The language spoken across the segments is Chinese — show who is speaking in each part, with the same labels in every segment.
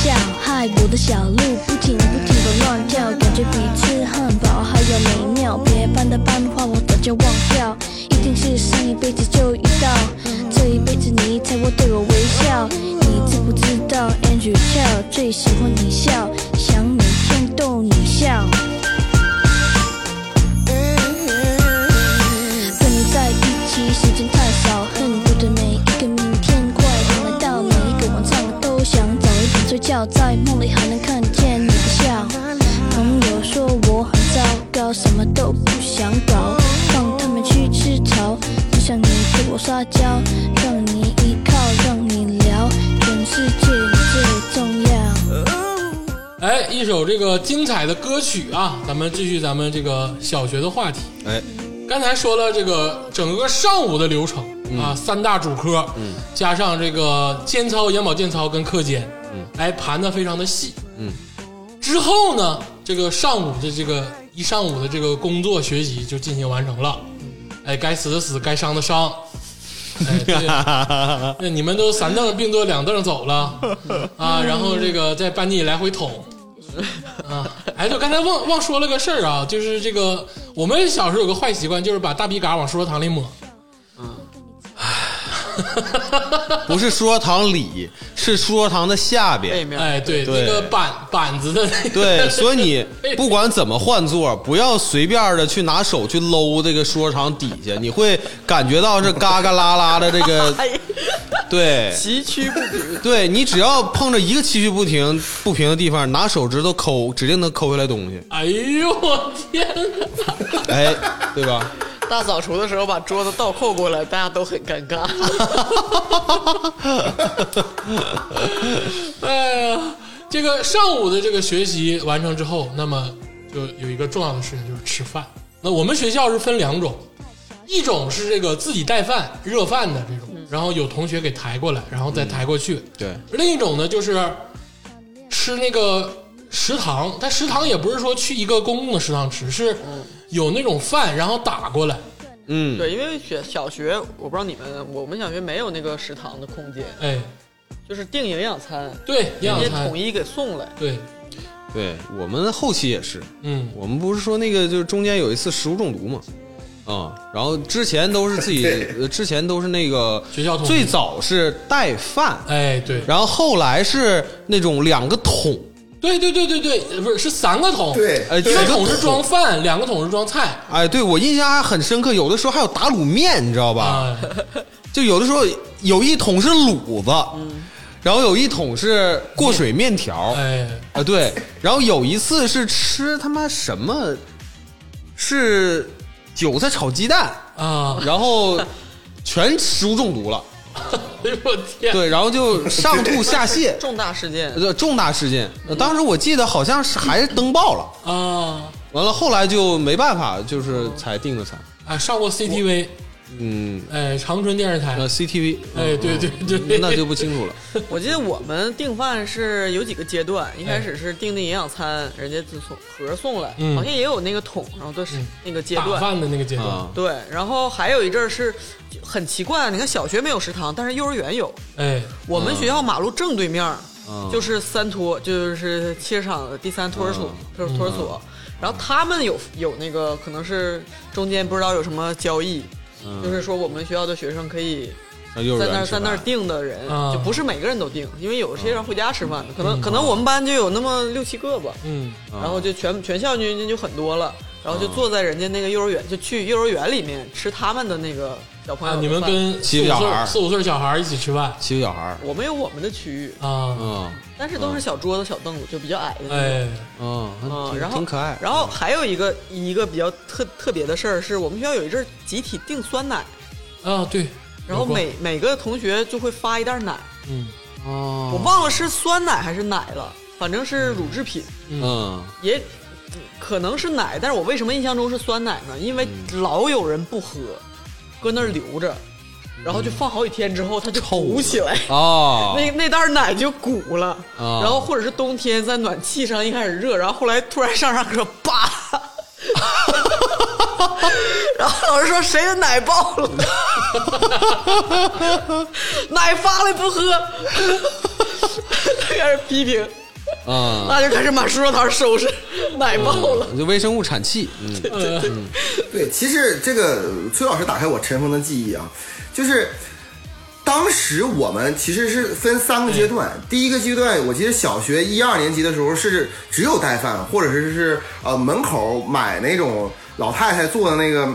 Speaker 1: 我的小鹿不停不停的乱跳，感觉比吃汉堡还要美妙。别班的班花我早就忘掉，一定是上一辈子就遇到，这一辈子你才会对我微笑。你知不知道 Andrew Chow 最喜欢你笑，想每天逗你笑。和你在一起时间太少，恨不得每一个明天快点来到，每一个晚上都想早一点睡觉，在梦里还能看见你的笑。朋友说我很糟糕，什么都不想搞，放他们去吃草，只想你对我撒娇，让你依靠，让你聊，全世界你最重要。
Speaker 2: 哎，一首这个精彩的歌曲啊，咱们继续咱们这个小学的话题。
Speaker 3: 哎，
Speaker 2: 刚才说了这个整个上午的流程、啊，三大主科，嗯，加上这个肩操、眼保健操跟课间，嗯，哎，盘的非常的细，
Speaker 3: 嗯。
Speaker 2: 之后呢，这个上午的这个一上午的这个工作学习就进行完成了，哎，该死的死，该伤的伤。 哎，对那你们都三凳并作两凳走了啊，然后这个在班级来回捅，啊，哎，对，刚才忘忘说了个事儿啊，就是这个我们小时候有个坏习惯，就是把大鼻嘎往漱口糖里抹。
Speaker 3: 不是说堂里，是说堂的下
Speaker 4: 背
Speaker 3: 边。
Speaker 4: 面，
Speaker 2: 哎，对，
Speaker 3: 对
Speaker 2: 那个板板子的那个，
Speaker 3: 对，所以你不管怎么换座，不要随便的去拿手去搂这个说堂底下，你会感觉到这嘎嘎啦啦的这个，
Speaker 4: 哎，
Speaker 3: 对
Speaker 4: 崎岖不平，
Speaker 3: 对，你只要碰着一个崎岖不停不平的地方，拿手指头抠，指定能抠下来东西，
Speaker 2: 哎呦我天哪！
Speaker 3: 哎，对吧？
Speaker 4: 大扫除的时候把桌子倒扣过来，大家都很尴尬。
Speaker 2: 哎呀，这个上午的这个学习完成之后，那么就有一个重要的事情就是吃饭。那我们学校是分两种，一种是这个自己带饭热饭的这种，然后有同学给抬过来，然后再抬过去；
Speaker 3: 对，
Speaker 2: 另一种呢就是吃那个食堂，但食堂也不是说去一个公共的食堂吃，是有那种饭然后打过来。
Speaker 3: 嗯，
Speaker 4: 对，因为学小学，我不知道你们，我们小学没有那个食堂的空间，
Speaker 2: 哎，
Speaker 4: 就是订营养餐，
Speaker 2: 对，营
Speaker 4: 人
Speaker 2: 养
Speaker 4: 家
Speaker 2: 餐
Speaker 4: 统，一给送来。
Speaker 2: 对，
Speaker 3: 对我们后期也是，
Speaker 2: 嗯，
Speaker 3: 我们不是说那个就是中间有一次食物中毒嘛，啊、然后之前都是自己，呃之前都是那个
Speaker 2: 学校统一
Speaker 3: 最早是带饭，
Speaker 2: 哎，对，
Speaker 3: 然后后来是那种两个桶，
Speaker 2: 对对对对对，不是是三个桶，
Speaker 5: 对
Speaker 3: 呃，
Speaker 2: 一个桶
Speaker 3: 几
Speaker 2: 是装，饭，两个桶是装菜
Speaker 3: 哎，对我印象还很深刻，有的时候还有打卤面，你知道吧？
Speaker 2: 啊。
Speaker 3: 就有的时候有一桶是卤子，
Speaker 2: 嗯
Speaker 3: 然后有一桶是过水面条，
Speaker 2: 哎，
Speaker 3: 啊，对，然后有一次是吃他妈什么，是韭菜炒鸡蛋，
Speaker 2: 啊！
Speaker 3: 然后全食物中毒了，
Speaker 2: 哎呦我天！
Speaker 3: 对，然后就上吐下泻，
Speaker 4: 重大事件，
Speaker 3: 呃，重大事件。呃当时我记得好像是还登报了，
Speaker 2: 啊
Speaker 3: 完了后来就没办法，就是才定的餐，
Speaker 2: 啊，上过 CTV，
Speaker 3: 嗯，
Speaker 2: 哎，长春电视台
Speaker 3: 呃，，CTV，
Speaker 2: 哎，
Speaker 3: 嗯
Speaker 2: 对对对，
Speaker 3: 那就不清楚了，
Speaker 4: 我记得我们订饭是有几个阶段，一开始是订的营养餐，人家自从盒送来，
Speaker 2: 嗯
Speaker 4: 好像也有那个桶，然后都是
Speaker 2: 嗯
Speaker 4: 那个阶
Speaker 2: 打
Speaker 4: 段。
Speaker 2: 饭的那个阶段
Speaker 3: 啊，
Speaker 4: 对，然后还有一阵儿是就很奇怪，你看小学没有食堂，但是幼儿园有。
Speaker 2: 哎，
Speaker 4: 我们学校马路正对面儿
Speaker 3: 嗯
Speaker 4: 就是三托，就是汽车厂的第三托儿所，
Speaker 3: 嗯
Speaker 4: 就是托儿所。然后他们有有那个可能是中间不知道有什么交易，
Speaker 3: 嗯
Speaker 4: 就是说我们学校的学生可以
Speaker 3: 上幼儿
Speaker 4: 在
Speaker 3: 园
Speaker 4: 那儿
Speaker 3: 吃
Speaker 4: 在那儿
Speaker 3: 饭
Speaker 4: 订的人，
Speaker 2: 啊
Speaker 4: 就不是每个人都订，因为有些人回家吃饭，可
Speaker 3: 嗯
Speaker 4: 能可能我们班就有那么六七个吧，
Speaker 2: 嗯，
Speaker 4: 然
Speaker 3: 啊
Speaker 4: 后就全全校就就就很多了，然后就坐在人家那个幼儿园，就去幼儿园里面吃他们的那个小朋
Speaker 2: 啊，
Speaker 4: 友的
Speaker 2: 你们
Speaker 4: 饭
Speaker 2: 跟四
Speaker 3: 七
Speaker 2: 五
Speaker 3: 个小孩
Speaker 2: 岁
Speaker 3: 儿
Speaker 2: 四五岁小孩儿一起吃饭
Speaker 3: 欺负小孩儿，
Speaker 4: 我们有我们的区域，
Speaker 2: 啊，
Speaker 3: 嗯
Speaker 4: 但是都是小桌子小凳子，就比较矮的那种。
Speaker 2: 哎，
Speaker 3: 嗯，还
Speaker 4: 嗯，
Speaker 3: 挺
Speaker 4: 然后
Speaker 3: 挺可爱，
Speaker 4: 然后还有一个一个比较特特别的事儿，是我们学校有一阵儿集体订酸奶，
Speaker 2: 啊对，
Speaker 4: 然
Speaker 2: 有
Speaker 4: 后
Speaker 2: 过
Speaker 4: 每每个同学就会发一袋奶，
Speaker 2: 嗯
Speaker 3: 哦，
Speaker 4: 我忘了是酸奶还是奶了，反正是乳制品，
Speaker 3: 嗯，
Speaker 4: 也可能是奶，但是我为什么印象中是酸奶呢？因为
Speaker 2: 嗯
Speaker 4: 老有人不喝，搁那儿留着，然后就
Speaker 2: 嗯
Speaker 4: 放好几天之后，它就鼓起来。
Speaker 3: 哦，
Speaker 4: 那那袋奶就鼓了，
Speaker 3: 啊
Speaker 6: 哦
Speaker 4: 然后或者是冬天在暖气上一开始热，然后后来突然上上课， 叭，然后老师说谁的奶爆了，奶发了不喝，开始批评，
Speaker 6: 哦
Speaker 3: 啊，
Speaker 4: 那就开始满书桌台收拾奶爆了。
Speaker 3: 就微生物产气，嗯，
Speaker 6: 对，其实这个崔老师打开我尘封的记忆啊，就是当时我们其实是分三个阶段。第一个阶段，我记得小学一二年级的时候是只有带饭，或者是是呃门口买那种老太太做的那个，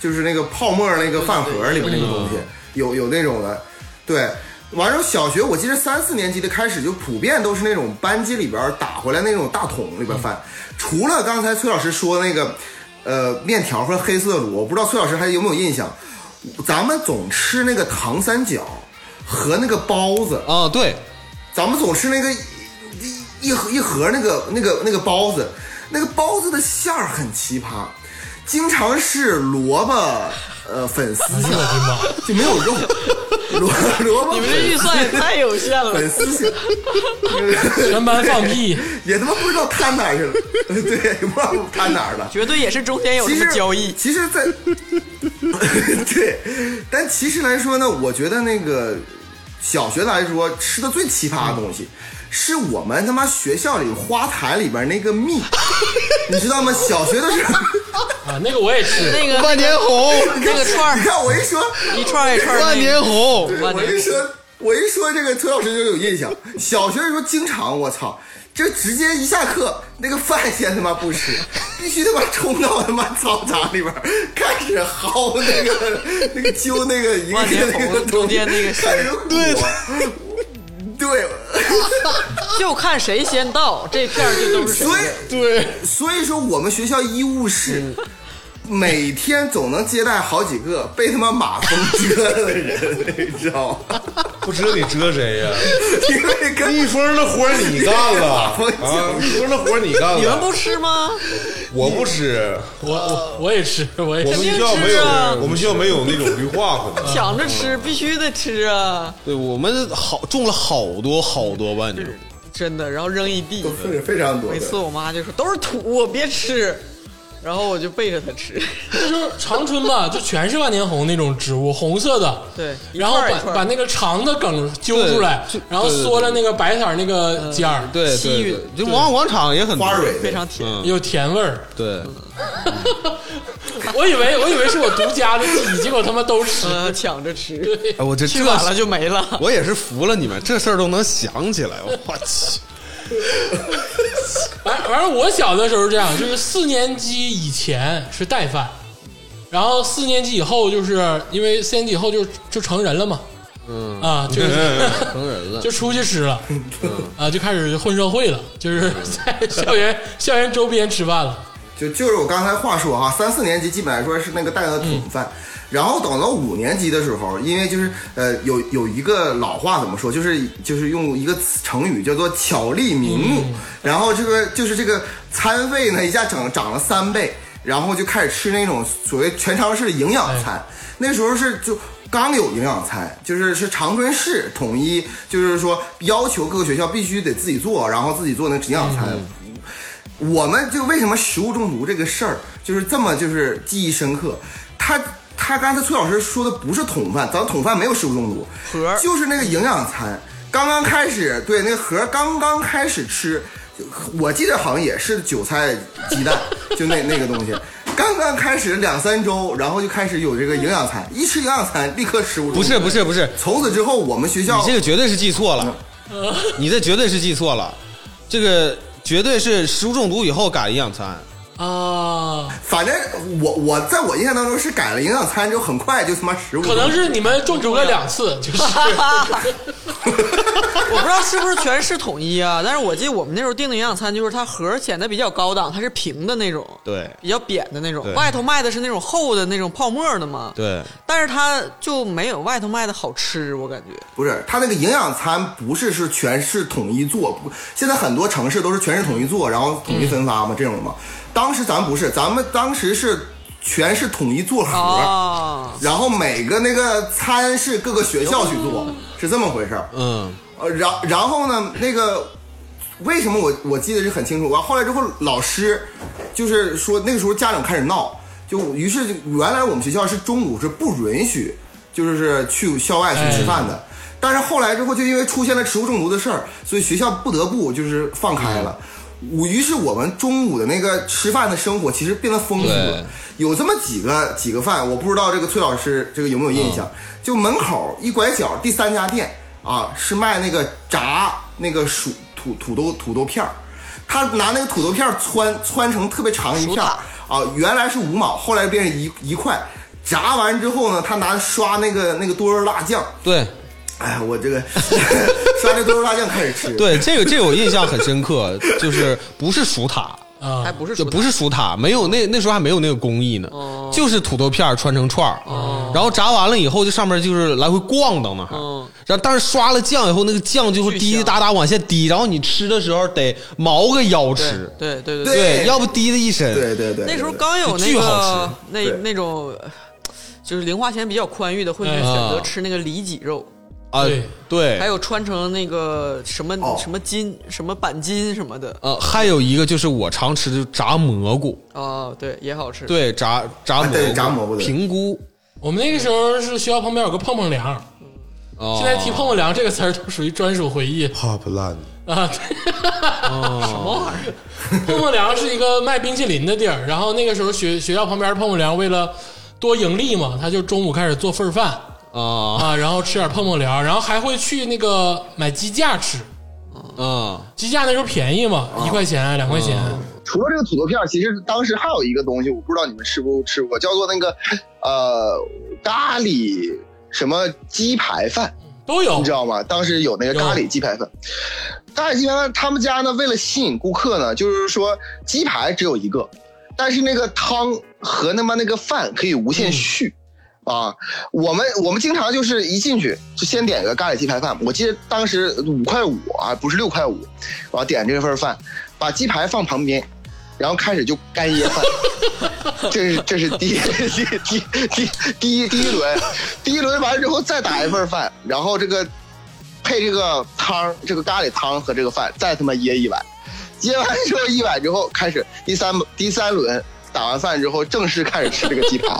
Speaker 6: 就是那个泡沫那个饭盒里边那个东西，有有那种的，对。完之后，小学我记得三四年级的开始就普遍都是那种班级里边打回来那种大桶里边饭，除了刚才崔老师说的那个呃面条和黑色炉，我不知道崔老师还有没有印象，咱们总吃那个糖三角和那个包子，
Speaker 3: 啊，对，
Speaker 6: 咱们总吃那个一一一盒一盒那个那个那个包子，那个包子的馅儿很奇葩，经常是萝卜呃粉丝馅儿，就没有 肉，萝萝卜
Speaker 4: 你们这预算也太有限了，
Speaker 6: 粉丝馅儿。
Speaker 2: 全班放屁，
Speaker 6: 也他妈不知道摊哪儿去了，对，也不知道摊哪儿了。
Speaker 4: 绝对也是中间有
Speaker 6: 其
Speaker 4: 什
Speaker 6: 实
Speaker 4: 么交易。
Speaker 6: 其实在， 对，但其实来说呢，我觉得那个小学来说吃的最奇葩的东西，是我们他妈学校里花坛里边那个蜜，你知道吗？小学的时候，
Speaker 2: 啊，那个我也吃，
Speaker 4: 那个
Speaker 3: 万年红，
Speaker 4: 那个串
Speaker 6: 你
Speaker 4: 儿
Speaker 6: 看我一说，
Speaker 4: 一串儿一串儿
Speaker 3: 万
Speaker 4: 那
Speaker 3: 年
Speaker 4: 个，
Speaker 3: 红，
Speaker 4: 万
Speaker 6: 我一
Speaker 4: 年
Speaker 6: 说，我一说这个崔老师就有印象。小学的时候经常，我操，这直接一下课，那个饭先他妈不吃，必须他妈冲到他妈操场里边儿开始薅那个那个揪那个一个
Speaker 4: 万年
Speaker 6: 那个
Speaker 4: 红中间那个是
Speaker 6: 开始对 对，
Speaker 4: 就看谁先到，这片儿就都是谁
Speaker 6: 所以
Speaker 4: 的。
Speaker 3: 对，
Speaker 6: 所以说我们学校医务室。
Speaker 4: 嗯
Speaker 6: 每天总能接待好几个被他妈马蜂蛰的人，你知道吗？
Speaker 7: 不知道你折谁呀？
Speaker 6: 因为 跟
Speaker 7: 蜜蜂的活儿你干了啊！蜜蜂的活儿你
Speaker 3: 嗯
Speaker 7: 干了，
Speaker 4: 你们不吃吗？
Speaker 7: 我不吃，
Speaker 2: 我我我也吃，我也
Speaker 7: 我们
Speaker 2: 吃，
Speaker 7: 学校没
Speaker 4: 肯定吃
Speaker 7: 有
Speaker 4: 啊，
Speaker 7: 我们学校没有那种绿化可能。
Speaker 3: 嗯
Speaker 4: 抢着吃，必须得吃啊！
Speaker 3: 对我们好种了好多好多万年，
Speaker 4: 真的，然后扔一地。
Speaker 6: 非非常多的，
Speaker 4: 每次我妈就说都是土，别吃。然后我就背着 她吃，
Speaker 2: 这就是长春吧，就全是万年红那种植物，红色的，
Speaker 4: 对
Speaker 2: 然后
Speaker 4: 一块儿
Speaker 2: 把
Speaker 4: 一块儿
Speaker 2: 把那个长的梗揪出来
Speaker 3: 对就，
Speaker 2: 然后
Speaker 3: 对对
Speaker 2: 缩了那个白色儿那个尖儿，
Speaker 3: 对嗯
Speaker 4: 西
Speaker 3: 对
Speaker 4: 域
Speaker 3: 对，就王广场也很多
Speaker 6: 花蕊
Speaker 4: 非常
Speaker 3: 嗯
Speaker 4: 甜。
Speaker 2: 有甜味儿。
Speaker 3: 对，
Speaker 2: 我以为我以为是我独家的记忆，结果他妈都吃。
Speaker 3: 嗯
Speaker 4: 呃，抢着吃，
Speaker 3: 哎，我这
Speaker 4: 吃
Speaker 3: 这
Speaker 4: 完了就没了。
Speaker 3: 我也是服了你们，这事儿都能想起来，我去，
Speaker 2: 反反正我小的时候这样，就是四年级以前是带饭，然后四年级以后就是因为四年级以后就就成人了嘛，嗯啊，就是
Speaker 3: 成人了，
Speaker 2: 就出去吃了，
Speaker 3: 嗯
Speaker 2: 啊，就开始混社会了，就是在校园校园周边吃饭了。
Speaker 6: 就就是我刚才话说哈，三四年级基本来说是那个带的桶饭，然后等到五年级的时候，因为就是呃有有一个老话怎么说，就是就是用一个词成语叫做巧立名目，然后这个就是这个餐费呢一下涨涨了三倍，然后就开始吃那种所谓全超市的营养餐，那时候是就。刚有营养餐，就是是长春市统一，就是说要求各个学校必须得自己做，然后自己做那营养餐，我们就为什么食物中毒这个事儿就是这么就是记忆深刻？他他刚才崔老师说的不是桶饭，咱桶饭没有食物中毒，
Speaker 4: 盒儿
Speaker 6: 就是那个营养餐刚刚开始，对那个盒儿刚刚开始吃，就我记得好像也是韭菜鸡蛋， 就那那个东西。刚刚开始两三周，然后就开始有这个营养餐，一吃营养餐立刻食物中毒。
Speaker 3: 不是不，是不是，
Speaker 6: 从此之后我们学校
Speaker 3: 你这个绝对是记错了，你这绝对是记错了，这个绝对是食物中毒以后改营养餐，
Speaker 2: 啊，
Speaker 6: 反正我我在我印象当中是改了营养餐之后，很快就他妈食物中
Speaker 2: 可
Speaker 6: 毒
Speaker 2: 能是你们中毒了两次，就是
Speaker 4: 我不知道是不是全市统一啊，但是我记得我们那时候订的营养餐就是它盒儿显得比较高档，它是平的那种，
Speaker 3: 对
Speaker 4: 比较扁的那种
Speaker 3: 对，
Speaker 4: 外头卖的是那种厚的那种泡沫的嘛，
Speaker 3: 对，
Speaker 4: 但是它就没有外头卖的好吃，我感觉。
Speaker 6: 不是，他那个营养餐不是是全市统一做，不现在很多城市都是全市统一做，然后统一分发嘛，这种嘛。当时咱不是，咱们当时是全市统一做盒，
Speaker 4: 哦，
Speaker 6: 然后每个那个餐是各个学校去做，是这么回事儿。
Speaker 3: 嗯，
Speaker 6: 呃，然然后呢，那个为什么我我记得是很清楚。完后来之后，老师就是说那个时候家长开始闹，就于是原来我们学校是中午是不允许就是去校外去吃饭的，
Speaker 5: 但是后来之后，就因为出现了食物中毒的事儿，所以学校不得不就是放开了。我于是我们中午的那个吃饭的生活其实变得丰富了
Speaker 3: 对，
Speaker 5: 有这么几个几个饭，我不知道这个崔老师这个有没有印象？就门口一拐角第三家店啊，是卖那个炸那个薯土土豆土豆片儿，他拿那个土豆片儿穿穿成特别长一片儿啊，原来是五毛，后来变成一一块。炸完之后呢，他拿刷那个那个多肉辣酱，
Speaker 3: 对
Speaker 5: 哎，我这个刷这多肉辣酱开始吃，
Speaker 3: 对，这个这个我印象很深刻，就是不是薯塔。
Speaker 2: 啊
Speaker 4: 还，不是
Speaker 3: 就
Speaker 4: 薯
Speaker 3: 不是薯塔，没有那那时候还没有那个工艺呢，
Speaker 4: 哦
Speaker 3: 就是土豆片儿穿成串儿，然后炸完了以后，就上面就是来回逛荡呢，还，
Speaker 4: 嗯
Speaker 3: 然后但是刷了酱以后，那个酱就会
Speaker 4: 巨
Speaker 3: 滴滴
Speaker 4: 香
Speaker 3: 答答往下滴，然后你吃的时候得毛个腰
Speaker 4: 对
Speaker 3: 吃，
Speaker 4: 对对
Speaker 5: 对
Speaker 3: 要不滴的一身，
Speaker 5: 对对对，
Speaker 4: 那时候
Speaker 5: 对
Speaker 4: 刚有那
Speaker 3: 巨
Speaker 4: 个
Speaker 3: 好
Speaker 4: 那
Speaker 5: 对
Speaker 4: 那种呃就是零花钱比较宽裕的，会去
Speaker 2: 哎
Speaker 4: 选择
Speaker 3: 啊
Speaker 4: 吃那个里脊肉，
Speaker 3: 啊
Speaker 2: 对，
Speaker 3: 对，
Speaker 4: 还有穿成那个什么
Speaker 5: 哦
Speaker 4: 什么筋、什么板筋什么的。
Speaker 3: 呃，还有一个就是我常吃的就是炸蘑菇，
Speaker 4: 哦，对，也好吃。
Speaker 3: 对，炸炸
Speaker 5: 啊
Speaker 3: 蘑
Speaker 5: 对
Speaker 3: 菇，
Speaker 5: 炸蘑菇对
Speaker 3: 平菇。
Speaker 2: 我们那个时候是学校旁边有个碰碰凉，
Speaker 3: 哦
Speaker 2: 现在提碰碰凉这个词儿都属于专属回忆
Speaker 8: ，Pop Land，
Speaker 2: 啊。
Speaker 6: 哦
Speaker 4: 什么玩意儿？
Speaker 2: 碰碰凉是一个卖冰淇淋的地儿，然后那个时候学学校旁边碰碰凉为了多盈利嘛，他就中午开始做份儿饭
Speaker 3: 啊
Speaker 6: 哦
Speaker 2: 啊，然后吃点碰碰凉，然后还会去那个买鸡架吃，
Speaker 3: 啊
Speaker 2: 鸡架那时候便宜嘛，一块钱两块钱，
Speaker 6: 除了这个土豆片儿，其实当时还有一个东西，我不知道你们吃不吃过，叫做那个呃咖喱什么鸡排饭，
Speaker 2: 都有
Speaker 6: 你知道吗？当时有那个咖喱鸡排饭，咖喱鸡排饭，他们家呢为了吸引顾客呢，就是说鸡排只有一个，但是那个汤和他妈那个饭可以无限续。啊，我们我们经常就是一进去就先点个咖喱鸡排饭，我记得当时五块五啊，不是六块五，我要点这份饭，把鸡排放旁边，然后开始就干噎饭。这是这是第一 第第第第一第一轮，第一轮完之后再打一份饭，然后这个配这个汤儿，这个咖喱汤和这个饭，再他妈噎一碗，噎完之后一碗之后开始第三第三轮打完饭之后正式开始吃这个鸡排，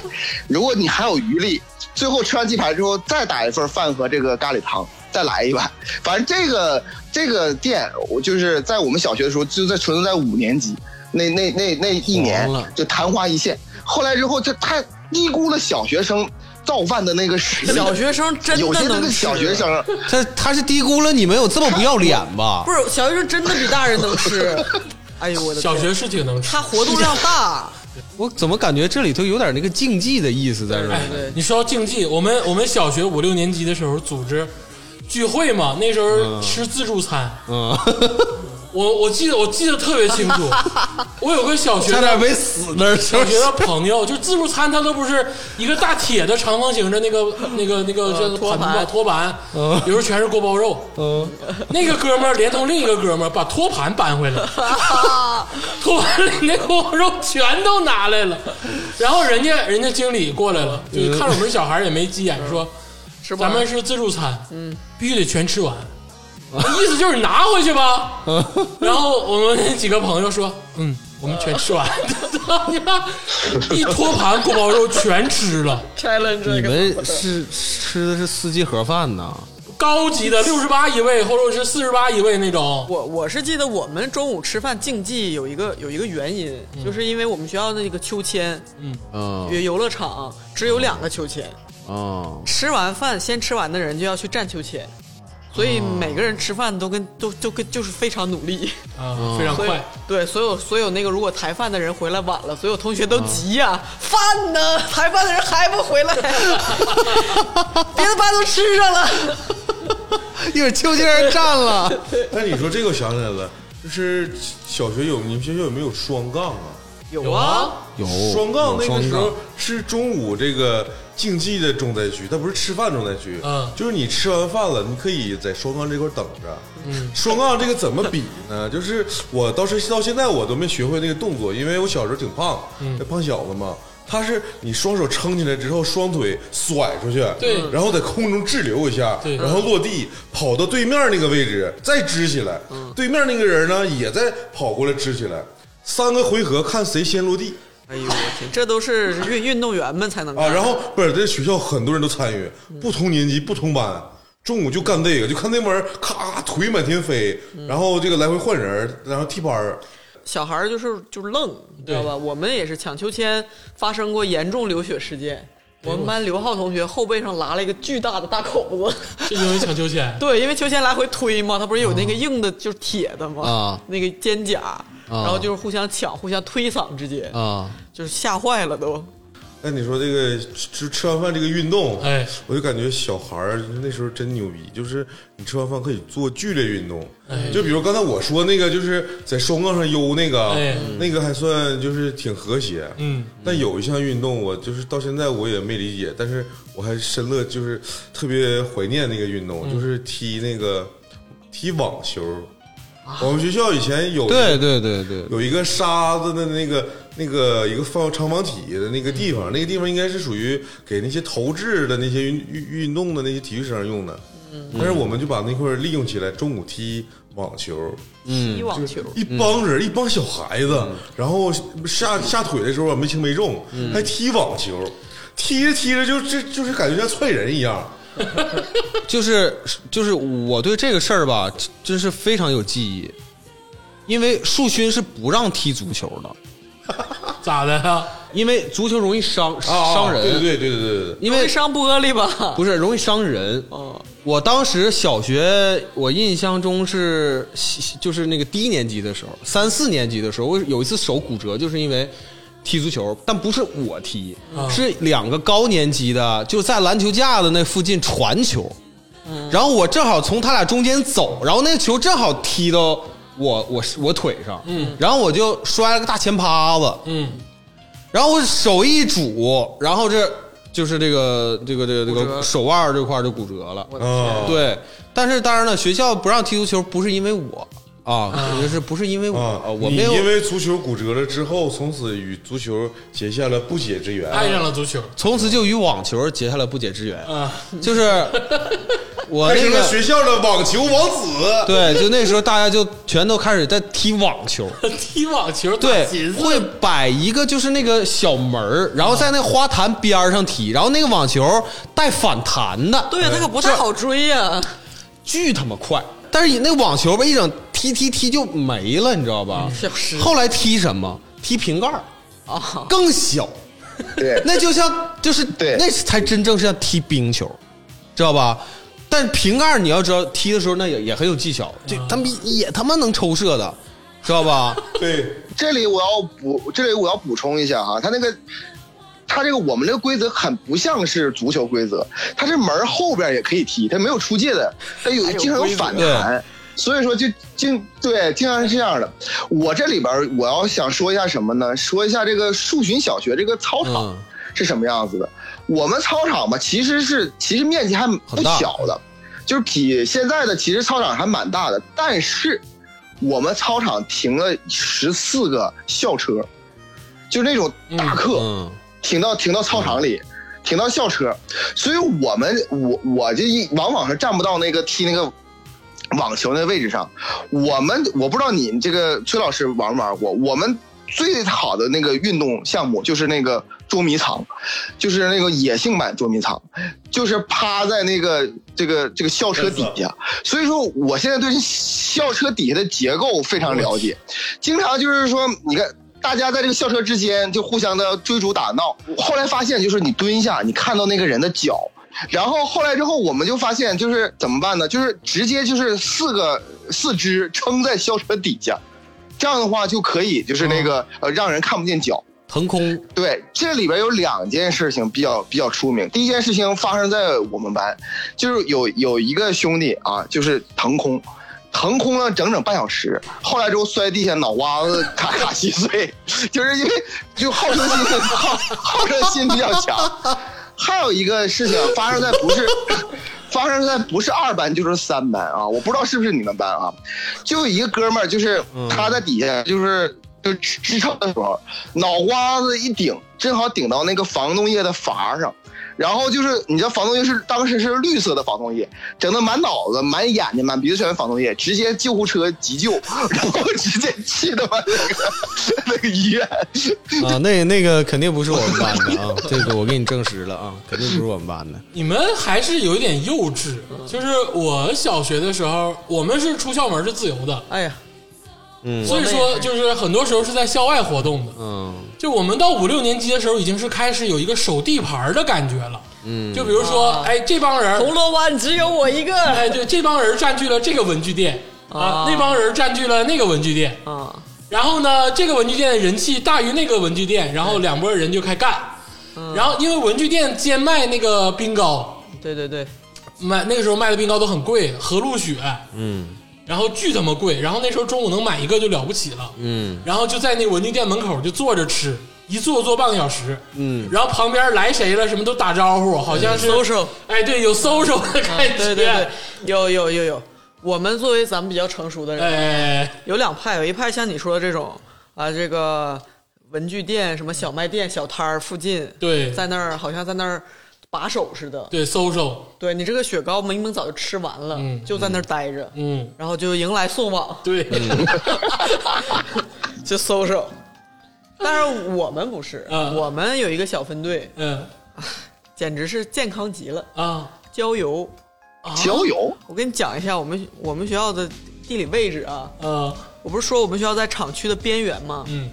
Speaker 6: 如果你还有余力，最后吃完鸡排之后再打一份饭和这个咖喱汤，再来一碗，反正这个这个店我就是在我们小学的时候就在存在五年级。那那那那一年
Speaker 3: 黄了
Speaker 6: 就昙花一现，后来之后就太低估了小学生造饭的那个实力。
Speaker 4: 小学生真
Speaker 6: 有
Speaker 4: 的
Speaker 6: 些那
Speaker 4: 能
Speaker 6: 个
Speaker 4: 吃，啊
Speaker 6: 小学生，
Speaker 3: 他他是低估了你们有这么不要脸吧
Speaker 4: 不？是小学生真的比大人能吃。哎呦我的天
Speaker 2: 小学是挺能吃
Speaker 4: 他。活动量大，
Speaker 3: 我怎么感觉这里头有点那个竞技的意思在这儿
Speaker 4: 对
Speaker 3: 呢？
Speaker 4: 哎对，
Speaker 2: 你说到竞技，我们我们小学五六年级的时候组织聚会嘛，那时候吃自助餐，
Speaker 3: 嗯，
Speaker 2: 我我记得我记得特别清楚，我有个小学
Speaker 3: 差
Speaker 2: 的
Speaker 3: 点没死那儿，是
Speaker 2: 小
Speaker 3: 不
Speaker 2: 学
Speaker 3: 是？
Speaker 2: 的朋友，就自助餐，它都不是一个大铁的长方形的那个、那个、那个叫做
Speaker 4: 呃托
Speaker 2: 盘子吧，
Speaker 4: 盘
Speaker 2: 托盘，有时候全是锅包肉。
Speaker 3: 嗯，
Speaker 2: 那个哥们儿连同另一个哥们儿把托盘搬回来， 托盘里那锅包肉全都拿来了。然后人家人家经理过来了，就是看着我们小孩儿也没急眼，说
Speaker 4: 吃不
Speaker 2: 咱
Speaker 4: 完
Speaker 2: 们是自助餐，嗯，必须得全吃完。意思就是拿回去吧。
Speaker 3: 嗯
Speaker 2: 然后我们几个朋友说，嗯，我们全吃完， 一托盘锅包肉全吃了，
Speaker 4: challenge
Speaker 3: 你
Speaker 4: 这个
Speaker 3: 们是 吃的是四季盒饭呐？
Speaker 2: 高级的六十八一位或者是四十八一位那种。
Speaker 4: 我我是记得我们中午吃饭竞技有一个有一个原因，就是因为我们学校的那个秋千，
Speaker 3: 嗯
Speaker 4: 游游乐场只有两个秋千，
Speaker 3: 嗯，
Speaker 4: 吃完饭先吃完的人就要去站秋千，所
Speaker 3: 哦
Speaker 4: 以每个人吃饭都跟都都跟就是非常努力，
Speaker 2: 啊，非常
Speaker 4: 所以
Speaker 2: 快。
Speaker 4: 对所有所有那个如果抬饭的人回来晚了，所有同学都急
Speaker 3: 哦
Speaker 4: 呀、饭呢？抬饭的人还不回来， 别的班都吃上了。
Speaker 3: 一会儿秋千儿占了，
Speaker 8: 那你说这个我想起来了，就是小学有你们学校有没有双杠啊？
Speaker 4: 有啊，
Speaker 3: 有
Speaker 8: 双杠那
Speaker 3: 有
Speaker 8: 个时
Speaker 3: 双
Speaker 8: 候
Speaker 3: 杠
Speaker 8: 是中午这个竞技的重灾区，它不是吃饭重灾区。
Speaker 2: 嗯
Speaker 8: 就是你吃完饭了，你可以在双杠这块等着。嗯，双杠这个怎么比呢？ 就是我当时到现在我都没学会那个动作，因为我小时候挺胖，那胖小子嘛。他是你双手撑起来之后，双腿甩出去，
Speaker 2: 对
Speaker 8: 然后在空中滞留一下，
Speaker 2: 对
Speaker 8: 然后落地，跑到对面那个位置再支起来，对面那个人呢也在跑过来支起来，三个回合看谁先落地。
Speaker 4: 哎呦我天，这都是运运动员们才 能
Speaker 8: 啊，
Speaker 4: 干
Speaker 8: 然后不是这学校很多人都参与，不同年级、不同班，中午就干这个，就看那帮人咔腿满天飞，然后这个来回换人儿，然后替班儿。
Speaker 4: 小孩儿就是就是愣，你知道吧？我们也是抢秋千发生过严重流血事件。我们班刘浩同学后背上拉了一个巨大的大口子，。
Speaker 2: 是因为抢秋千
Speaker 4: 对，因为秋千来回推嘛，它不是有那个硬的，就是铁的嘛，
Speaker 3: 啊
Speaker 4: 那个肩胛，然后就是互相抢、互相推搡之间，
Speaker 3: 啊，
Speaker 4: 就是吓坏了都。
Speaker 8: 那你说这个吃吃完饭这个运动，
Speaker 2: 哎
Speaker 8: 我就感觉小孩儿那时候真牛逼，就是你吃完饭可以做剧烈运动，
Speaker 2: 哎
Speaker 8: 就比如刚才我说那个，就是在双杠上悠那个，
Speaker 2: 哎
Speaker 8: 那个还算就是挺和谐，
Speaker 2: 嗯，
Speaker 8: 但有一项运动我就是到现在我也没理解，但是我还深乐就是特别怀念那个运动，
Speaker 2: 嗯
Speaker 8: 就是踢那个踢网球。
Speaker 2: 啊
Speaker 8: 我们学校以前有一个
Speaker 3: 对对对对，
Speaker 8: 有一个沙子的那个那个一个放长方体的那个地方，那个地方应该是属于给那些投掷的那些运运运动的那些体育生用的。
Speaker 3: 嗯
Speaker 8: 但是我们就把那块儿利用起来，中午踢网球，
Speaker 4: 踢网球，
Speaker 8: 一帮
Speaker 3: 嗯
Speaker 8: 人、一帮小孩子，然后下下腿的时候啊没轻没重，
Speaker 3: 嗯
Speaker 8: 还踢网球，踢着踢着就这就是感觉像踹人一样。
Speaker 3: 就是就是我对这个事儿吧，真是非常有记忆，因为树勋是不让踢足球的，
Speaker 2: 咋的呀？
Speaker 3: 因为足球容易伤伤人，
Speaker 8: 啊哦对对对对对对，
Speaker 3: 因为
Speaker 4: 伤玻璃吧？
Speaker 3: 不是容易伤人。
Speaker 4: 哦，
Speaker 3: 我当时小学，我印象中是就是那个低年级的时候，三四年级的时候，我有一次手骨折，就是因为踢足球，但不是我踢，
Speaker 2: 啊
Speaker 3: 是两个高年级的就在篮球架子那附近传球，然后我正好从他俩中间走，然后那个球正好踢到我我我腿上，嗯，然后我就摔了个大前趴子，
Speaker 2: 嗯，
Speaker 3: 然后我手一拄，然后这就是这个这个这个这
Speaker 4: 骨折
Speaker 3: 个手腕这块就骨折了。
Speaker 8: 啊，
Speaker 3: 对，但是当然了，学校不让踢足球不是因为我啊，就是不是因为我，呃
Speaker 8: 啊，
Speaker 3: 我
Speaker 8: 你
Speaker 3: 没有
Speaker 8: 因为足球骨折了之后，从此与足球结下了不解之缘。
Speaker 3: 哎
Speaker 2: 爱上了足球
Speaker 3: 从此就与网球结下了不解之缘，
Speaker 2: 啊！
Speaker 3: 就是我
Speaker 8: 开
Speaker 3: 那
Speaker 8: 成了
Speaker 3: 个
Speaker 8: 学校的网球王子。
Speaker 3: 对，就那时候大家就全都开始在踢网球。
Speaker 2: 踢网球打
Speaker 3: 对
Speaker 2: 琴，
Speaker 3: 会摆一个就是那个小门儿，然后在那花坛边儿上踢，然后那个网球带反弹的，
Speaker 4: 对呀，它可不太好追呀、
Speaker 3: 巨他妈快。但是那网球吧，一整踢踢踢就没了，你知道吧？
Speaker 4: 小石
Speaker 3: 后来踢什么？踢瓶盖儿
Speaker 4: 啊！
Speaker 3: 更小，
Speaker 6: 对，
Speaker 3: 那就像就是
Speaker 6: 对
Speaker 3: 那才真正是像踢冰球，知道吧？但瓶盖儿你要知道踢的时候那也也很有技巧，这他们也他妈能抽射的，知道 吧？
Speaker 8: 对，
Speaker 6: 这里我要补，这里我要补充一下啊哈，他那个，他这个我们这个规则很不像是足球规则，他这门儿后边也可以踢，他没有出界的，他有经常有反弹，所以说就经对经常是这样的。我这里边儿我要想说一下什么呢？说一下这个树群小学这个操场。
Speaker 3: 嗯
Speaker 6: 是什么样子的。我们操场吧，其实是其实面积还不
Speaker 3: 大
Speaker 6: 小的，就是比现在的其实操场还蛮大的。但是我们操场停了十四个校车，就是那种大客、
Speaker 3: 嗯
Speaker 6: 停到停到操场里，停到校车，所以我们我我这一往往是站不到那个踢那个网球那位置上。我们我不知道你们这个崔老师玩没玩过，我们最好的那个运动项目就是那个捉迷藏，就是那个野性版捉迷藏，就是趴在那个这个这个校车底下。所以说，我现在对校车底下的结构非常了解，经常就是说，你看。大家在这个校车之间就互相的追逐打闹，后来发现就是你蹲下，你看到那个人的脚，然后后来之后我们就发现就是怎么办呢？就是直接就是四个四肢撑在校车底下，这样的话就可以就是那个、呃让人看不见脚。
Speaker 3: 腾空
Speaker 6: 对，这里边有两件事情比较比较出名。第一件事情发生在我们班，就是有有一个兄弟啊，就是腾空，腾空了整整半小时，后来之后摔地下，脑瓜子咔咔稀碎， 就是因为就好胜心好好胜心比较强。还有一个事情发生在不是 发生在不是二班就是三班啊，我不知道是不是你们班啊，就有一个哥们儿，就是他在底下就是。就支支撑的时候，脑瓜子一顶，正好顶到那个防冻液的阀上，然后就是你知道防冻液是当时是绿色的防冻液，整的满脑子、满眼睛、满鼻子全是防冻液，直接救护车急救， 然后直接去他妈那个那个医院。
Speaker 3: 啊，那那个肯定不是我们班的 啊，这个我给你证实了啊，肯定不是我们班的。
Speaker 2: 你们还是有一点幼稚。就是我小学的时候，我们是出校门是自由的，
Speaker 4: 哎呀，
Speaker 2: 所以说就是很多时候是在校外活动的。
Speaker 3: 嗯
Speaker 2: 就我们到五六年级的时候，已经是开始有一个守地盘的感觉了。嗯，就比如说，哎，这帮人，
Speaker 4: 铜锣湾只有我一个
Speaker 2: 哎，对，这帮人占据了这个文具店啊
Speaker 4: 啊，
Speaker 2: 那帮人占据了那个文具店，
Speaker 4: 啊，
Speaker 2: 然后呢，这个文具店的人气大于那个文具店，然后两拨人就开干。然后因为文具店兼卖那个冰糕，
Speaker 4: 对对对，
Speaker 2: 卖那个时候卖的冰糕都很贵，和路雪，
Speaker 3: 嗯
Speaker 2: 然后巨他妈贵。然后那时候中午能买一个就了不起了，
Speaker 3: 嗯
Speaker 2: 然后就在那文具店门口就坐着吃，一坐坐半个小时。
Speaker 3: 嗯，
Speaker 2: 然后旁边来谁了，什么都打招呼，好像是
Speaker 4: social
Speaker 2: 哎，对，有 social
Speaker 3: 嗯
Speaker 2: 的
Speaker 4: 啊
Speaker 2: 感觉，
Speaker 4: 对对对，有有有有，我们作为咱们比较成熟的人，
Speaker 2: 哎，
Speaker 4: 有两派，有一派像你说的这种啊，这个文具店、什么小卖店、小摊儿附近，
Speaker 2: 对
Speaker 4: 在那儿好像在那儿把守似的。
Speaker 2: 对 social，
Speaker 4: 对你这个雪糕明明早就吃完了，
Speaker 2: 嗯
Speaker 4: 就在那儿待着，
Speaker 2: 嗯，
Speaker 4: 然后就迎来送往，
Speaker 2: 对，
Speaker 3: 嗯
Speaker 4: 就搜手。但是我们不是，
Speaker 2: 嗯
Speaker 4: 我们有一个小分队，
Speaker 2: 嗯
Speaker 4: 简直是健康极了，
Speaker 2: 啊，
Speaker 4: 郊游。
Speaker 6: 交友
Speaker 4: 我跟你讲一下我们我们学校的地理位置啊，
Speaker 2: 呃，
Speaker 4: 我不是说我们学校在厂区的边缘吗？
Speaker 2: 嗯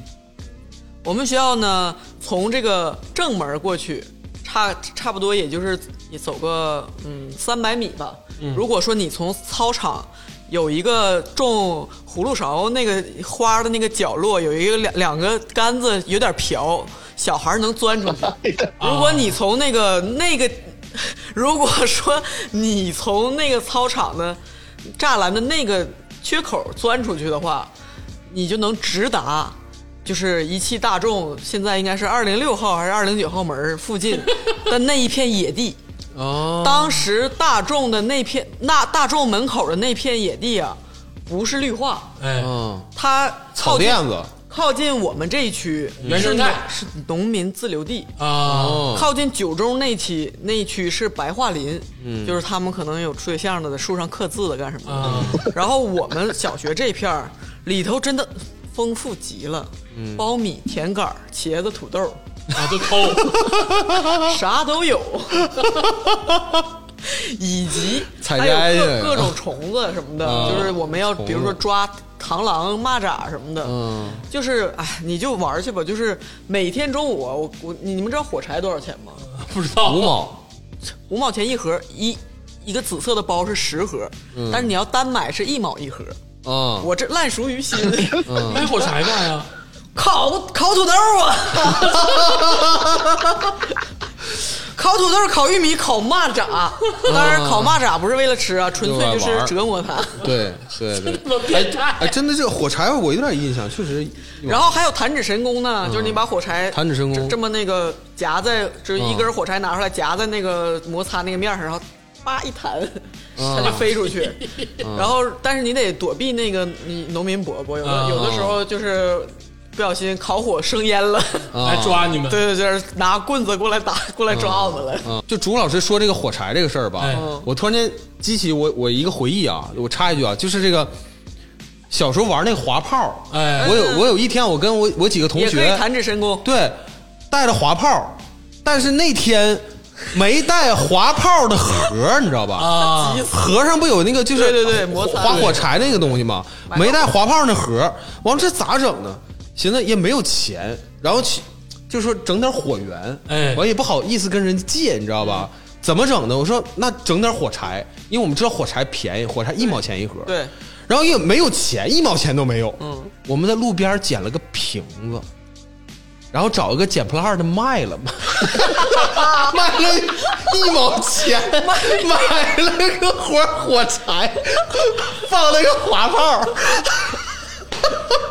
Speaker 4: 我们学校呢，从这个正门过去，差差不多也就是也走个嗯三百米吧。如果说你从操场有一个种葫芦勺那个花的那个角落有一个两两个杆子有点瓢，小孩能钻出去。如果你从那个那个， 如果说你从那个操场的栅栏的那个缺口钻出去的话，你就能直达，就是一汽大众现在应该是二零六号还是二零九号门儿附近的那一片野地。
Speaker 3: 哦，
Speaker 4: 当时大众的那片那大众门口的那片野地啊，不是绿化，
Speaker 2: 哎，
Speaker 3: 嗯，
Speaker 4: 它
Speaker 3: 草
Speaker 4: 靠近
Speaker 3: 甸子
Speaker 4: 靠近我们这一区
Speaker 2: 原生态
Speaker 4: 是农是农民自留地。
Speaker 2: 啊，
Speaker 3: 哦，
Speaker 4: 靠近九中那期那一区是白桦林，
Speaker 3: 嗯
Speaker 4: 就是他们可能有处对象的，在树上刻字的干什么的。
Speaker 2: 啊
Speaker 3: 嗯
Speaker 4: 然后我们小学这片儿里头真的丰富极了，
Speaker 3: 嗯
Speaker 4: 苞米、甜杆儿、茄子、土豆，
Speaker 2: 啊，都抠，
Speaker 3: 啊
Speaker 4: 啥 都有，以及
Speaker 3: 采
Speaker 4: 还有
Speaker 3: 摘
Speaker 4: 各
Speaker 3: 去
Speaker 4: 各种虫子什么的，
Speaker 3: 啊
Speaker 4: 就是我们要
Speaker 3: 虫子
Speaker 4: 比如说抓螳螂、蚂蚱什么的，
Speaker 3: 嗯
Speaker 4: 就是哎，你就玩儿去吧。就是每天中午啊，我我你你们知道火柴多少钱吗？
Speaker 2: 不知道
Speaker 3: 五，毛，
Speaker 4: 五毛钱一盒，一一个紫色的包是十盒，但是你要单买是一毛一盒。
Speaker 3: 嗯，
Speaker 4: 我这烂熟于心，
Speaker 2: 买火柴干哎呀？
Speaker 4: 烤烤土豆啊， 烤土豆、烤玉米、烤蚂蚱。当然，烤蚂蚱不是为了吃啊，纯粹就是折磨它。
Speaker 3: 对对 对，
Speaker 2: 这么变态
Speaker 3: 哎，真的这火柴我有点印象，确实有，
Speaker 4: 然后还有弹指神功呢，就是你把火
Speaker 3: 嗯
Speaker 4: 柴
Speaker 3: 弹指神功
Speaker 4: 这这么那个夹在，就是一根火柴拿出来夹在那个
Speaker 3: 嗯
Speaker 4: 摩擦那个面上，然后叭一弹，它就飞出去。
Speaker 3: 嗯
Speaker 4: 然后，但是你得躲避那个你农民伯伯，有的
Speaker 3: 嗯
Speaker 2: 啊
Speaker 4: 有的时候就是不小心烤火生烟了，
Speaker 3: 嗯哦
Speaker 2: 来抓你们，
Speaker 4: 对对，就是拿棍子过来打过来抓我们了。
Speaker 3: 嗯，就朱老师说这个火柴这个事儿吧，
Speaker 2: 哎
Speaker 4: 嗯
Speaker 3: 我突然间激起我我一个回忆啊，我插一句啊，就是这个小时候玩那个滑炮，
Speaker 2: 哎
Speaker 3: 我有我有一天我跟我我几个同
Speaker 4: 也可以
Speaker 3: 学
Speaker 4: 弹指神功，
Speaker 3: 对带着滑炮，但是那天没带滑炮的盒儿，你知道吧？
Speaker 2: 啊，
Speaker 3: 盒上不有那个就是
Speaker 4: 对对对摩擦
Speaker 3: 划火柴那个东西吗？没带滑炮那盒，完了这咋整呢？寻思也没有钱，然后去就说整点火源，
Speaker 2: 哎
Speaker 3: 完也不好意思跟人借，你知道吧？怎么整呢？我说那整点火柴，因为我们知道火柴便宜，火柴一毛钱一盒，
Speaker 4: 对，
Speaker 3: 然后也没有钱，一毛钱都没有，
Speaker 4: 嗯，
Speaker 3: 我们在路边捡了个瓶子。然后找一个捡破烂的卖了，卖了一毛钱，买了个火火柴，放了个滑炮，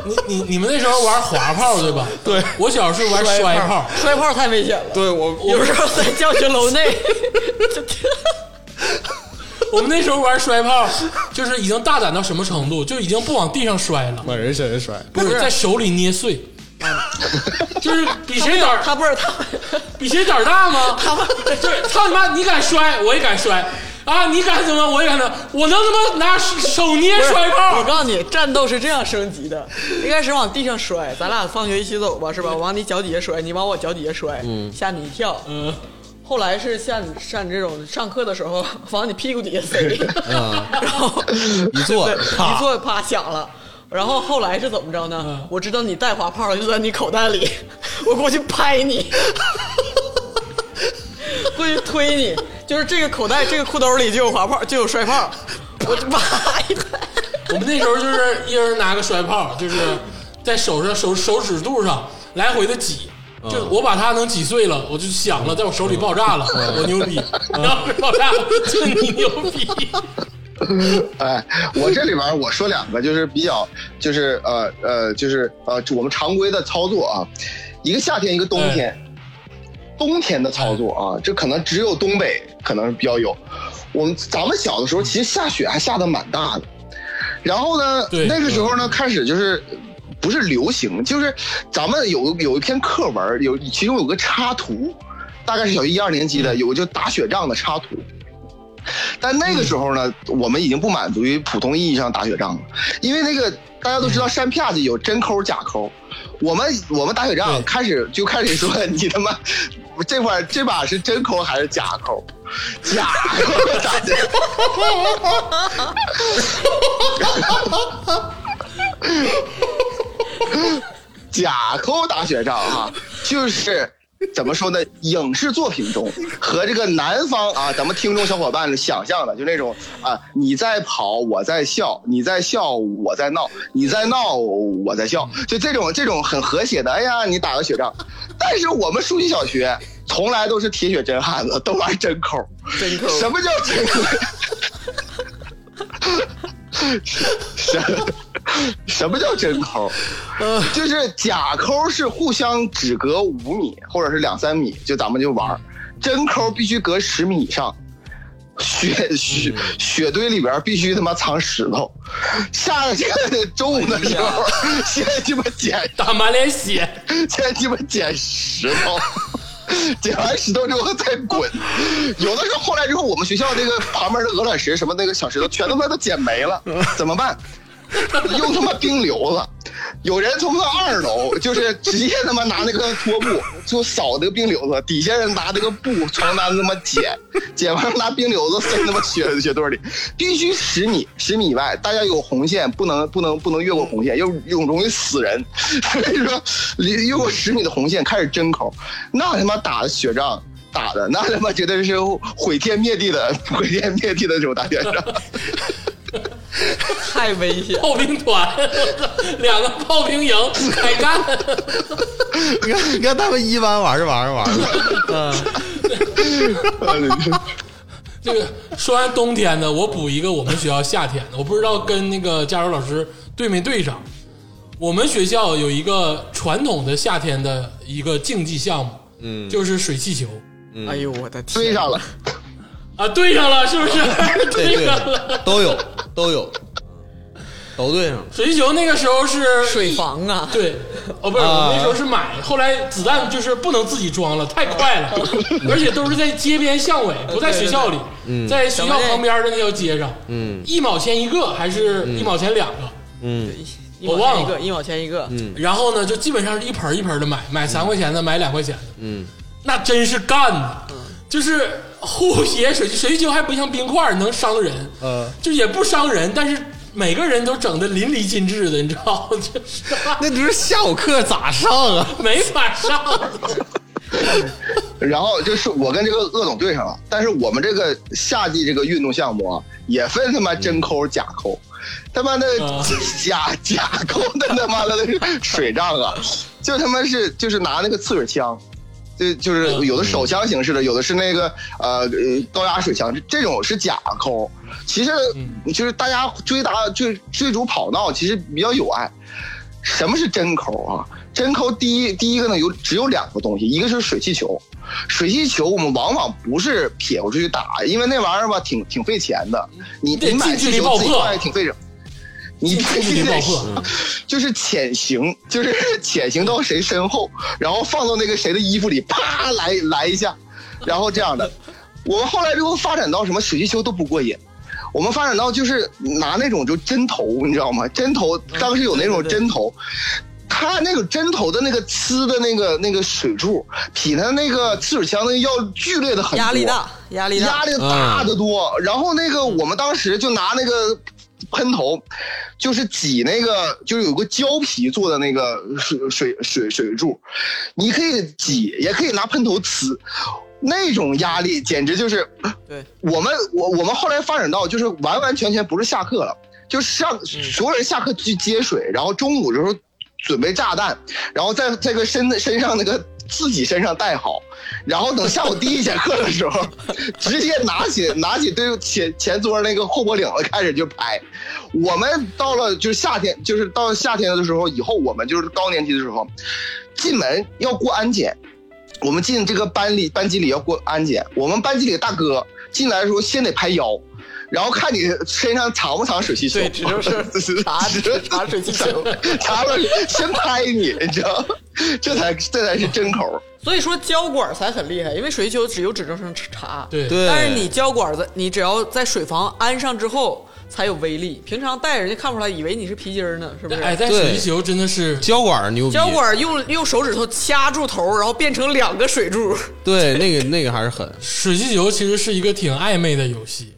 Speaker 2: 你你你们那时候玩滑炮对吧？
Speaker 3: 对
Speaker 2: 我小时候玩摔炮，
Speaker 4: 摔炮太危险了。
Speaker 3: 对我
Speaker 4: 有时候在教学楼内， 就
Speaker 2: 我们那时候玩摔炮，就是已经大胆到什么程度，就已经不往地上摔了，
Speaker 3: 把人身摔，
Speaker 2: 不是在手里捏碎，就是比谁胆儿
Speaker 4: 他不是他，
Speaker 2: 比谁胆儿大吗？就是操你妈，你敢摔，我也敢摔啊！你敢怎么，我也敢怎么，我能他妈拿手捏摔
Speaker 4: 我
Speaker 2: 炮？
Speaker 4: 告诉你，战斗是这样升级的：一开始往地上摔，咱俩放学一起走吧，是吧？我往你脚底下摔，你往我脚底下摔，吓你一跳。
Speaker 2: 嗯，
Speaker 4: 后来是像你像你这种上课的时候往你屁股底下塞，
Speaker 2: 嗯
Speaker 4: 然后
Speaker 3: 一坐
Speaker 4: 对
Speaker 3: 啪
Speaker 4: 一坐啪响了。然后后来是怎么着呢？
Speaker 2: 嗯
Speaker 4: 我知道你带滑炮了，就在你口袋里，我过去拍你，过去推你，就是这个口袋这个裤兜里就有滑炮，就有摔炮，我就啪一拍。
Speaker 2: 我们那时候就是一人拿个摔炮，就是在手上手手指肚上来回的挤。就我把它能挤碎了，我就响了，在我手里爆炸了，我牛逼！要是爆炸，就你牛逼！
Speaker 6: 哎，我这里边儿我说两个，就是比较，就是呃呃，就是呃，我们常规的操作啊，一个夏天，一个冬天。冬天的操作
Speaker 2: 嗯
Speaker 6: 啊，这可能只有东北可能比较有。我们咱们小的
Speaker 2: 嗯
Speaker 6: 时候，其实下雪还下的蛮大的。然后呢，
Speaker 2: 对
Speaker 6: 那个时候呢，开始就是不是流行，就是咱们有有一篇课文，有其中有个插图，大概是小学一二年
Speaker 2: 嗯
Speaker 6: 级的，有个就打雪仗的插图。但那个时候呢，我们已经不满足于普通意义上打雪仗了，因为那个大家都知道
Speaker 2: 嗯
Speaker 6: 山啪子有真抠假抠，我们我们打雪
Speaker 2: 对
Speaker 6: 仗开始就开始说你他妈这块这把是真抠还是假抠，假抠咋的？假抠打雪仗哈、就是怎么说呢？影视作品中和这个南方啊，咱们听众小伙伴想象的，就那种啊，你在跑，我在笑；你在笑，我在闹；你在闹，我在笑，就这种这种很和谐的。哎呀，你打个雪仗，但是我们书记小学从来都是铁血真汉子，都玩真抠。
Speaker 4: 真抠
Speaker 6: 什么叫真抠？什什么叫真抠？就是假抠是互相只隔五米或者是两三米，就咱们就玩儿真抠必须隔十米以上。雪雪雪堆里边必须他妈藏石头，下这个中午的时候，先鸡巴捡
Speaker 2: 打满脸血，
Speaker 6: 先鸡巴捡石头， 捡完石头之后再滚。有的时候后来之后，我们学校这个旁边的鹅卵石什么那个小石头，全他妈都捡没了，怎么办？ 用他妈冰溜子，有人从那二楼就是直接他妈拿那个拖布就扫那个冰溜子，底下人拿那个布床单他妈捡，捡完拿冰溜子塞他妈雪雪堆里，必须十米十米以外，大家有红线，不能不能不能越过红线，又又容易死人， 所以说离越过十米的红线开始针口，那他妈打的雪仗。打的那他妈绝对是毁天灭地的，毁天灭地的这种打 雪仗。
Speaker 4: 太危险。
Speaker 2: 炮兵团，两个炮兵营开干。
Speaker 3: 你看，你看他们一般玩着玩着玩着，
Speaker 2: 这个说完冬天的，我补一个我们学校夏天的，我不知道跟那个加油老师对没对上。我们学校有一个传统的夏天的一个竞技项目，嗯，就是水气球
Speaker 4: 哎呦我的天！
Speaker 6: 追上了，
Speaker 2: 啊，对上了是不是？
Speaker 3: 对对
Speaker 2: 上了。，
Speaker 3: 都有都有，都对上了。
Speaker 2: 水气球那个时候是
Speaker 4: 水房啊，
Speaker 2: 对，哦不是，
Speaker 3: 啊
Speaker 2: 我那时候是买，后来子弹就是不能自己装了，太快了，而且都是在街边巷尾，不在学校里，在学校旁边的那条街上，嗯，一毛钱一个还是一毛钱两个，
Speaker 4: 一毛
Speaker 2: 我忘
Speaker 4: 钱一
Speaker 2: 了
Speaker 4: 个，一毛钱一个。嗯，
Speaker 2: 然后呢，就基本上是一盆儿一盆的买，买三块钱的，买两块钱的，嗯，那真是干的，就是护鞋水水晶球还不像冰块儿能伤人，
Speaker 3: 呃，
Speaker 2: 就也不伤人，但是每个人都整的淋漓尽致的，你知道， 就是
Speaker 3: 那你说下午课咋上啊？
Speaker 2: 没法上。
Speaker 6: 然后就是我跟这个鄂总对上了，但是我们这个夏季这个运动项目啊，也分他妈真抠假抠，他妈的
Speaker 2: 啊
Speaker 6: 假假抠的他妈的水仗啊，就他妈是就是拿那个刺水枪。就就是有的手枪形式的，有的是那个呃呃高压水枪，这这种是假抠。其实就是大家追打追追逐跑闹，其实比较有爱。什么是真抠啊？真抠第一第一个呢有只有两个东西，一个是水气球，水气球我们往往不是撇过出去打，因为那玩意儿吧挺挺费钱的，你
Speaker 2: 得
Speaker 6: 你买
Speaker 2: 近距
Speaker 6: 气
Speaker 2: 离
Speaker 6: 球
Speaker 2: 爆
Speaker 6: 自己
Speaker 2: 破
Speaker 6: 放也挺费整。你必须
Speaker 2: 得爆
Speaker 6: 得
Speaker 2: 破，嗯
Speaker 6: 就是潜行，就是潜行到谁身后，然后放到那个谁的衣服里，啪来来一下，然后这样的。我们后来之后发展到什么水气球都不过瘾，我们发展到就是拿那种就针头，你知道吗？针头当时有那
Speaker 4: 嗯对
Speaker 6: 种
Speaker 4: 对对
Speaker 6: 针头。它那个针头的那个呲的那个那个水柱，比它那个呲水枪那个要剧烈的很多，
Speaker 4: 压力大，嗯压力
Speaker 6: 压
Speaker 4: 大，
Speaker 6: 力嗯大得多。然后那个我们当时就拿那个喷头，就是挤那个就是有个胶皮做的那个水水水水柱，你可以挤，也可以拿喷头呲。那种压力简直就是，
Speaker 4: 对，
Speaker 6: 我们我我们后来发展到就是完完全全不是下课了，就是上所有人下课去接水，然后中午的时候准备炸弹，然后在这个身身上那个自己身上带好，然后等下午第一节课的时候，直接拿起拿起对前前桌那个后脖领子开始就拍。我们到了就是夏天，就是到夏天的时候以后，我们就是高年级的时候，进门要过安检，我们进这个班里班级里要过安检，我们班级里的大哥进来的时候先得拍腰。然后看你身上藏不藏水气球，
Speaker 4: 对，只就是查查水气 球。
Speaker 6: 查了先拍你，你知道，这才这才是真口儿。
Speaker 4: 所以说胶管才很厉害，因为水气球只有指定上查，
Speaker 2: 对
Speaker 3: 对
Speaker 4: 但是你胶管子，你只要在水房安上之后才有威力，平常戴人家看不出来，以为你是皮筋儿呢，是不是？
Speaker 2: 哎，但水气球真的是
Speaker 3: 胶管儿牛逼，
Speaker 4: 胶管儿用用手指头掐住头，然后变成两个水柱，
Speaker 3: 对那个那个还是狠
Speaker 2: 水气球其实是一个挺暧昧的游戏，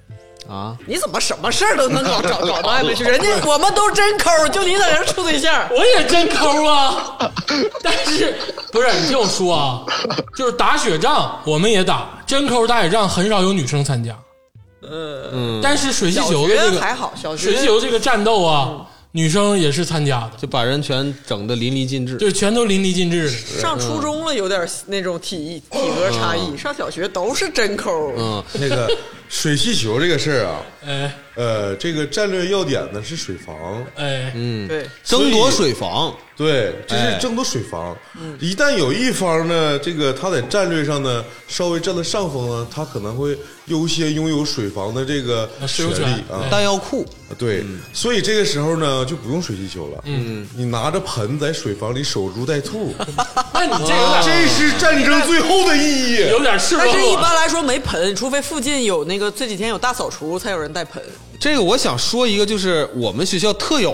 Speaker 3: 啊！
Speaker 4: 你怎么什么事儿都能搞搞搞到外面去？人家我们都真抠，就你在这儿处对象，
Speaker 2: 我也真抠啊，但是不是你听我说啊，就是打雪仗我们也打，真抠打雪仗很少有女生参加，嗯，但是水气
Speaker 4: 小
Speaker 2: 球的这
Speaker 4: 学
Speaker 2: 个
Speaker 4: 还好，小学
Speaker 2: 水气球这个战斗啊，女生也是参加的，
Speaker 3: 就把人全整的淋漓尽致。
Speaker 2: 就是全都淋漓尽致的。
Speaker 4: 上初中了有点那种体育体格差异，上小学都是真抠。
Speaker 3: 嗯，
Speaker 8: 那个水气球这个事儿啊，
Speaker 2: 哎
Speaker 8: 呃，这个战略要点呢是水房，
Speaker 2: 哎，
Speaker 4: 对，
Speaker 3: 争夺水房，
Speaker 8: 对，这
Speaker 3: 哎
Speaker 8: 是争夺水房。一旦有一方呢，这个他在战略上呢稍微占了上风呢，他可能会优先拥有水房的这个
Speaker 2: 啊使用
Speaker 8: 权利
Speaker 2: 权
Speaker 8: 啊
Speaker 2: 对。
Speaker 3: 弹药库，
Speaker 8: 对，所以这个时候呢，就不用水气球了。嗯，你拿着盆在水房里守株待兔，
Speaker 2: 那你这有点
Speaker 8: 这是战争最后的意 义。
Speaker 2: 啊有点赤啊裸
Speaker 4: 但是一
Speaker 2: 裸，
Speaker 4: 般来说没盆，除非附近有那个这几天有大扫除，才有人带盆。
Speaker 3: 这个我想说一个，就是我们学校特有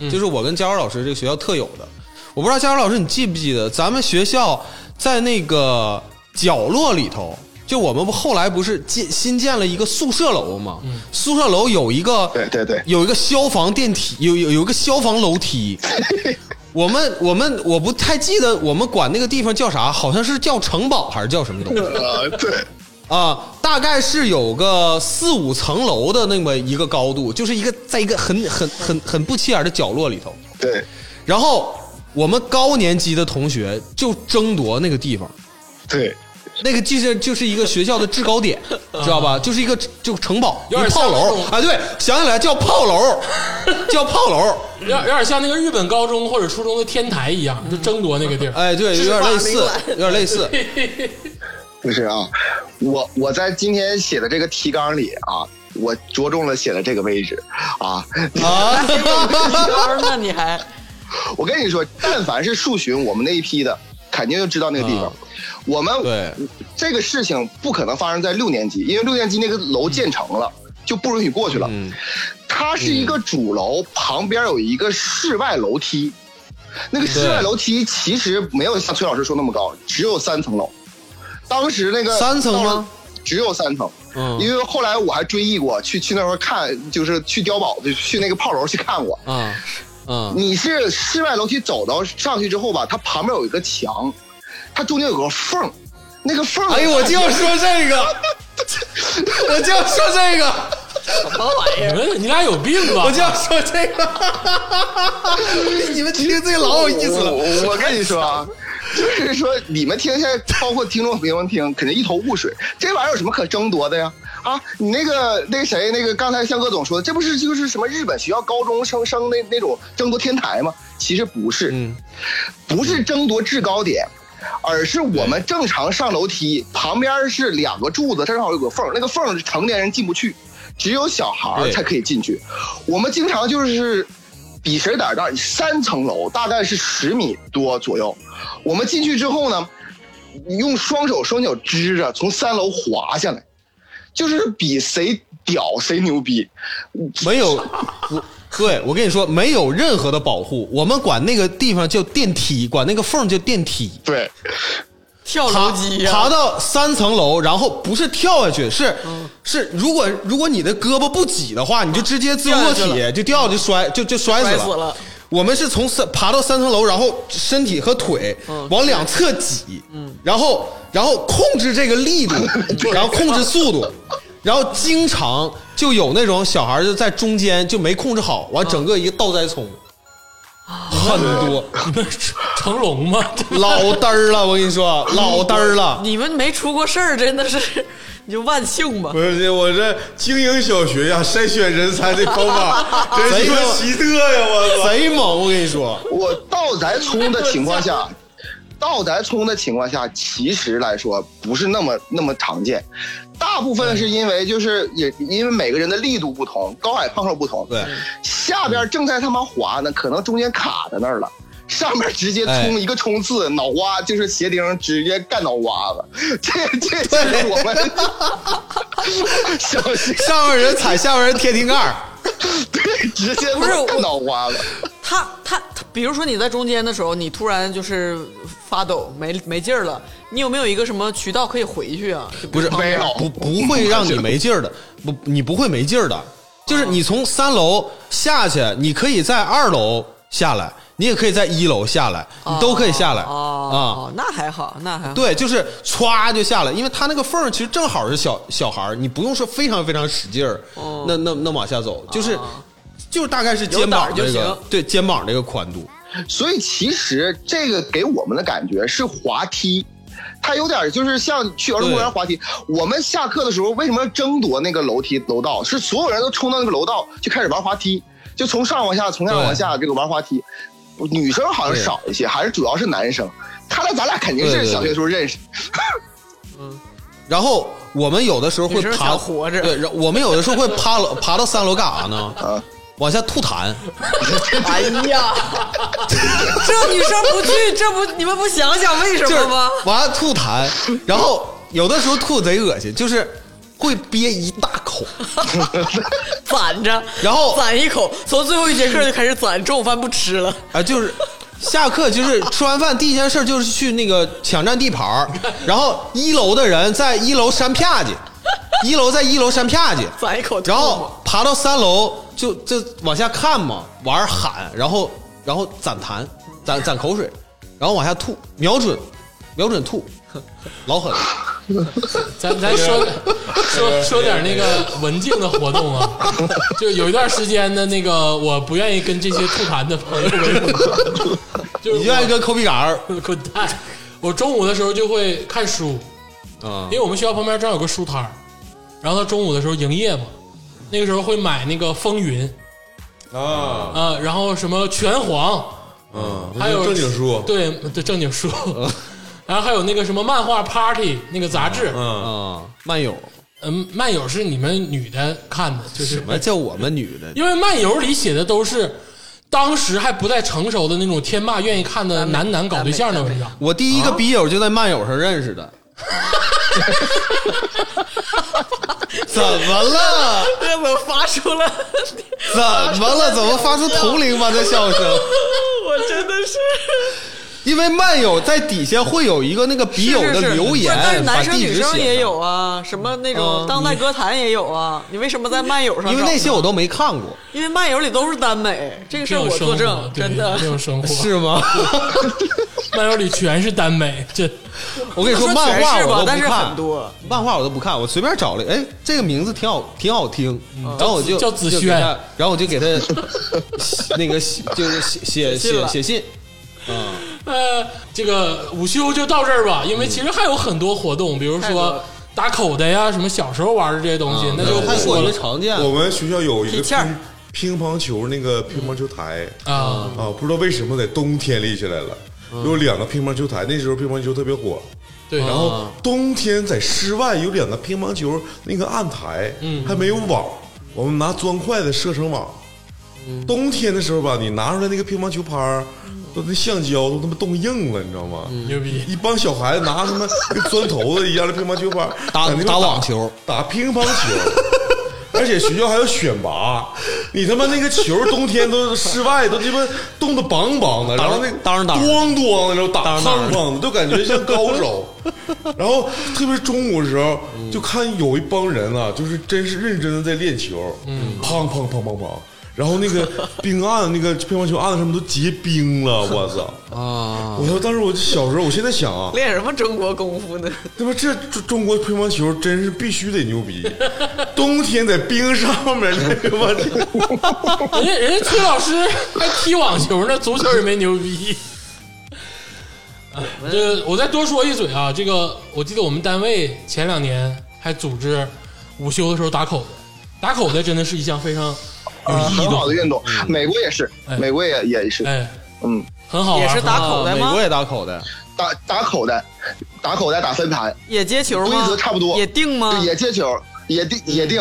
Speaker 3: 的，就是我跟佳茹老师这个学校特有的。我不知道佳茹老师你记不记得，咱们学校在那个角落里头，就我们不后来不是建新建了一个宿舍楼吗？宿舍楼有一个
Speaker 6: 对对对
Speaker 3: 有一个消防电梯，有有有一个消防楼 梯。我们我们我不太记得我们管那个地方叫啥，好像是叫城堡还是叫什么东西。
Speaker 6: 呃，对，
Speaker 3: 啊，大概是有个四五层楼的那么一个高度，就是一个在一个很很很很不起眼的角落里头。
Speaker 6: 对，
Speaker 3: 然后我们高年级的同学就争夺那个地方，
Speaker 6: 对，
Speaker 3: 那个就是就是一个学校的制高点，知道吧？就是一个就城堡，
Speaker 2: 有点
Speaker 3: 一炮
Speaker 2: 像那
Speaker 3: 楼
Speaker 2: 种
Speaker 3: 啊，对，想起来叫炮 楼，叫炮楼，
Speaker 2: 有点有点像那个日本高中或者初中的天台一样，就争夺那个地儿。
Speaker 3: 哎，对，有点类似，有点类 似，
Speaker 6: 不是啊，我我在今天写的这个提纲里啊，我着重了写了这个位置啊。
Speaker 3: 啊，
Speaker 4: 圈呢，你还
Speaker 6: 我跟你说，但凡是数巡，我们那一批的肯定就知道那个地方。
Speaker 3: 啊
Speaker 6: 我们
Speaker 3: 对
Speaker 6: 这个事情不可能发生在六年级，因为六年级那个楼建成了，就不允许过去了。
Speaker 3: 嗯
Speaker 6: 它是一个主楼，旁边有一个室外楼梯。那个室外
Speaker 3: 对
Speaker 6: 楼梯其实没有像崔老师说那么高，只有三层楼。当时那个
Speaker 3: 三层吗？
Speaker 6: 只有三层，
Speaker 3: 嗯
Speaker 6: 因为后来我还追忆过，去去那块儿看，就是去碉堡，就去那个炮楼去看过。
Speaker 3: 啊啊
Speaker 6: 你是室外楼梯走到上去之后吧，它旁边有一个墙，它中间有个缝儿，那个缝儿
Speaker 3: 哎呦，我就要说这 个，我就要说这个。
Speaker 4: 什么玩意
Speaker 2: 你
Speaker 4: 儿？
Speaker 2: 们你俩有病吧？
Speaker 3: 我就要说这 个，你们听这个老有意思了。
Speaker 6: 我我跟你说啊，就是说你们听现在，包括听众朋友们听，肯定一头雾水。这玩意儿有什么可争夺的呀？啊，你那个那谁，那个刚才像哥总说的，这不是就是什么日本学校高中生生那那种争夺天台吗？其实不是，
Speaker 3: 嗯
Speaker 6: 不是争夺制高点。而是我们正常上楼梯，旁边是两个柱子，正好有个缝儿，那个缝儿是成年人进不去，只有小孩儿
Speaker 3: 对
Speaker 6: 才可以进去。我们经常就是比谁胆儿大，三层楼大概是十米多左右。我们进去之后呢，用双手双脚支着从三楼滑下来，就是比谁屌谁牛逼。
Speaker 3: 没有，我对我跟你说，没有任何的保护，我们管那个地方叫电梯，管那个缝儿叫电梯。
Speaker 6: 对，
Speaker 4: 跳
Speaker 3: 爬
Speaker 4: 楼机呀、
Speaker 3: 爬到三层楼，然后不是跳下去，是、
Speaker 4: 嗯
Speaker 3: 是，如果如果你的胳膊不挤的话，你就直接自由落
Speaker 4: 掉下去
Speaker 3: 体就掉就摔就就摔
Speaker 4: 摔
Speaker 3: 死
Speaker 4: 死了
Speaker 3: 我们是从三爬到三层楼，然后身体和腿
Speaker 4: 嗯
Speaker 3: 往两侧挤，然后然后控制这个力度， 然后控制速度，然后经常就有那种小孩儿就在中间就没控制好，
Speaker 4: 嗯
Speaker 3: 完整个一个倒栽葱，
Speaker 4: 啊
Speaker 3: 很多
Speaker 2: 你们是成龙吗？
Speaker 3: 老嘚儿了，我跟你说老嘚儿了。
Speaker 4: 你们没出过事儿，真的是你就万幸吧
Speaker 8: 不。是我这精英小学呀，筛选人才的方法真他妈奇特呀！我操，
Speaker 3: 贼猛！我跟你 说，
Speaker 6: 我倒栽葱的情况下，倒栽葱的情况下，其实来说不是那么那么常见，大部分是因为就是也因为每个人的力度不同，高矮胖瘦不同。
Speaker 3: 对，
Speaker 6: 下边正在他妈滑呢，可能中间卡在那儿了。上面直接
Speaker 3: 哎
Speaker 6: 冲一个冲刺，脑瓜就是鞋钉直接干脑瓜子，这这就是我们小学
Speaker 3: 上面人踩下面人贴瓶盖 儿，
Speaker 6: 对直接
Speaker 4: 不是我
Speaker 6: 干脑瓜子。
Speaker 4: 他他他，比如说你在中间的时候，你突然就是发抖，没没劲儿了，你有没有一个什么渠道可以回去啊？就比
Speaker 3: 不
Speaker 4: 如
Speaker 3: 是
Speaker 4: 旁边
Speaker 6: 没有
Speaker 3: 不不会让你没劲儿的，不你不会没劲儿的，就是你从三楼下去，你可以在二楼下来，你也可以在一楼下来，你都可以下来啊、
Speaker 4: 哦、哦，那还好，那还好。
Speaker 3: 对，就是歘就下来，因为它那个缝儿其实正好是小小孩儿，你不用说非常非常使劲儿，那那那往下走，就是、就是大概是肩膀
Speaker 4: 哦有
Speaker 3: 这
Speaker 4: 胆儿就
Speaker 3: 个
Speaker 4: 行
Speaker 3: 对肩膀这个宽度，
Speaker 6: 所以其实这个给我们的感觉是滑梯，它有点就是像去儿童公园滑梯。我们下课的时候为什么要争夺那个楼梯楼道？是所有人都冲到那个楼道就开始玩滑梯，就从上往下，从下往下这个玩滑梯。女生好像
Speaker 3: 对
Speaker 6: 少一些，还是主要是男生。看来咱俩肯定
Speaker 3: 对
Speaker 6: 是
Speaker 3: 对对
Speaker 6: 小学时候认识。
Speaker 3: 然后我们有的时候会
Speaker 4: 你是不是
Speaker 3: 爬
Speaker 4: 想活着
Speaker 3: 对，然后我们有的时候会爬 楼爬到三楼干啥呢？往下吐痰，
Speaker 4: 哎呀，这女生不去，这不你们不想想为什
Speaker 3: 就是
Speaker 4: 么吗？
Speaker 3: 往下吐痰，然后有的时候吐贼恶心，就是会憋一大 口，
Speaker 4: 攒着，
Speaker 3: 然后
Speaker 4: 攒一口，从最后一节课就开始攒，中午饭不吃了。
Speaker 3: 啊，就是下课就是吃完饭第一件事就是去那个抢占地盘儿，然后一楼的人在一楼扇啪去，一楼在一楼扇啪去，
Speaker 4: 攒一口唾沫
Speaker 3: 然后爬到三楼就就往下看嘛，玩儿喊，然后然后攒痰，攒攒口水，然后往下吐，瞄准，瞄准吐，老狠了，
Speaker 2: 咱咱说说说点那个文静的活动啊，就有一段时间呢，那个我不愿意跟这些吐痰的朋友为 伍，就是
Speaker 3: 你就爱跟抠鼻杆儿
Speaker 2: 滚蛋！我中午的时候就会看书，
Speaker 8: 嗯
Speaker 3: 啊
Speaker 2: 因为我们学校旁边正好有个书摊儿，然后他中午的时候营业嘛，那个时候会买那个《风云》
Speaker 8: 啊，
Speaker 2: 啊、然后什么《拳皇
Speaker 8: 嗯，
Speaker 2: 还有
Speaker 8: 正经书》，，嗯
Speaker 2: 对对正经书， 然后还有那个什么漫画 Party 那个杂志，
Speaker 8: 嗯，
Speaker 3: 啊，漫友，
Speaker 2: 嗯，漫友是你们女的看的，就是
Speaker 3: 什么叫我们女的？
Speaker 2: 因为漫游里写的都是当时还不太成熟的那种天霸愿意看的男男搞对象的文章，
Speaker 3: 我第一个笔友就在漫友上认识的。 怎么了？
Speaker 4: 这我发出了，
Speaker 3: 怎么了？怎么发出铜铃般的笑声？
Speaker 4: 我真的是。
Speaker 3: 因为漫友在底下会有一个那个笔友
Speaker 4: 是是
Speaker 3: 的
Speaker 4: 是
Speaker 3: 留言
Speaker 4: 不是，但是
Speaker 3: 把
Speaker 4: 男生
Speaker 3: 地
Speaker 4: 女
Speaker 3: 址
Speaker 4: 生
Speaker 3: 写
Speaker 4: 也
Speaker 3: 上。嗯
Speaker 4: 有啊，什么那种当代歌坛也有啊。你为什么在漫友上找呢？
Speaker 3: 因为那些我都没看过，
Speaker 4: 因为漫游里都是耽美，这个事
Speaker 2: 这种
Speaker 4: 儿我
Speaker 2: 生活
Speaker 4: 作证，
Speaker 2: 对
Speaker 4: 真的
Speaker 2: 这。种生活，
Speaker 3: 是吗？
Speaker 2: 漫游里全是耽美，这
Speaker 3: 我跟你
Speaker 4: 不能说
Speaker 3: 漫画
Speaker 4: 全是吧
Speaker 3: 我都
Speaker 4: 但
Speaker 3: 不
Speaker 4: 是
Speaker 3: 看
Speaker 4: 很多，
Speaker 3: 漫画我都不看，我随便找了，哎，这个名字挺好，挺好听，
Speaker 4: 嗯
Speaker 3: 然后我就
Speaker 2: 叫子
Speaker 3: 就给
Speaker 2: 轩
Speaker 3: 他然后我 就给他那个写就是写写
Speaker 4: 写信
Speaker 3: 写
Speaker 4: 了
Speaker 3: 写信，
Speaker 2: 呃，这个午休就到这儿吧，因为其实还有很多活动，比如
Speaker 4: 太多
Speaker 2: 说
Speaker 4: 了嗯
Speaker 2: 打口袋呀，什么小时候玩的这些东西，那就
Speaker 3: 太
Speaker 2: 不
Speaker 3: 过
Speaker 2: 说
Speaker 3: 于
Speaker 2: 了
Speaker 3: 常见了。
Speaker 8: 啊我们学校有一
Speaker 4: 铁
Speaker 8: 个
Speaker 4: 签儿
Speaker 8: 乒乒乓球那个乒乓球台
Speaker 2: 啊。
Speaker 8: 啊，不知道为什么在冬天立起来了，有两个乒乓球台，那时候乒乓球特别火，
Speaker 2: 对，
Speaker 4: 嗯
Speaker 8: 然后冬天在室外有两个乒乓球那个案台，还没有网，我们拿砖块子设成网，冬天的时候吧，你拿出来那个乒乓球拍儿，都那橡胶都他妈冻硬了，你知道吗？
Speaker 2: 牛逼！
Speaker 8: 一帮小孩子拿他妈跟砖头子一样的乒乓球拍儿
Speaker 3: 打
Speaker 8: 在那边
Speaker 3: 打网球，
Speaker 8: 打乒乓球， 而且学校还要选拔，你他妈那个球冬天都室外都鸡巴冻得梆梆的，然后那
Speaker 3: 当然当然
Speaker 8: 咣咣的，然后打
Speaker 3: 当然当
Speaker 8: 胖
Speaker 3: 然
Speaker 8: 胖的，都感觉像高 手。然后特别是中午的时候，
Speaker 3: 嗯
Speaker 8: 就看有一帮人啊，就是真是认真的在练球，
Speaker 3: 嗯
Speaker 8: 砰砰砰砰砰。然后那个冰案，那个乒乓球案子上面都结冰了，我操！
Speaker 3: 啊，
Speaker 8: 我说当时我小时候，我现在想啊，
Speaker 4: 练什么中国功夫呢？
Speaker 8: 他妈这中中国乒乓球真是必须得牛逼，冬天在冰上面那乒乓球，
Speaker 2: 人家人家崔老师还踢网球呢，足球也没牛逼。哎这我再多说一嘴啊，这个我记得我们单位前两年还组织午休的时候打口袋，打口袋真的是一项非常有意义
Speaker 6: 啊很好的
Speaker 2: 的，
Speaker 6: 运动。美国也是
Speaker 2: 嗯哎，
Speaker 6: 美国也也是，
Speaker 2: 哎，
Speaker 6: 嗯，
Speaker 2: 很好玩，啊
Speaker 4: 也是打
Speaker 2: 很好玩
Speaker 4: 口袋
Speaker 3: 美
Speaker 4: 吗
Speaker 3: 国？也打口袋，
Speaker 6: 打打口袋，打口袋打分盘，
Speaker 4: 也接球吗？
Speaker 6: 规则差不多
Speaker 4: 也定吗？
Speaker 6: 对也接球，也定也定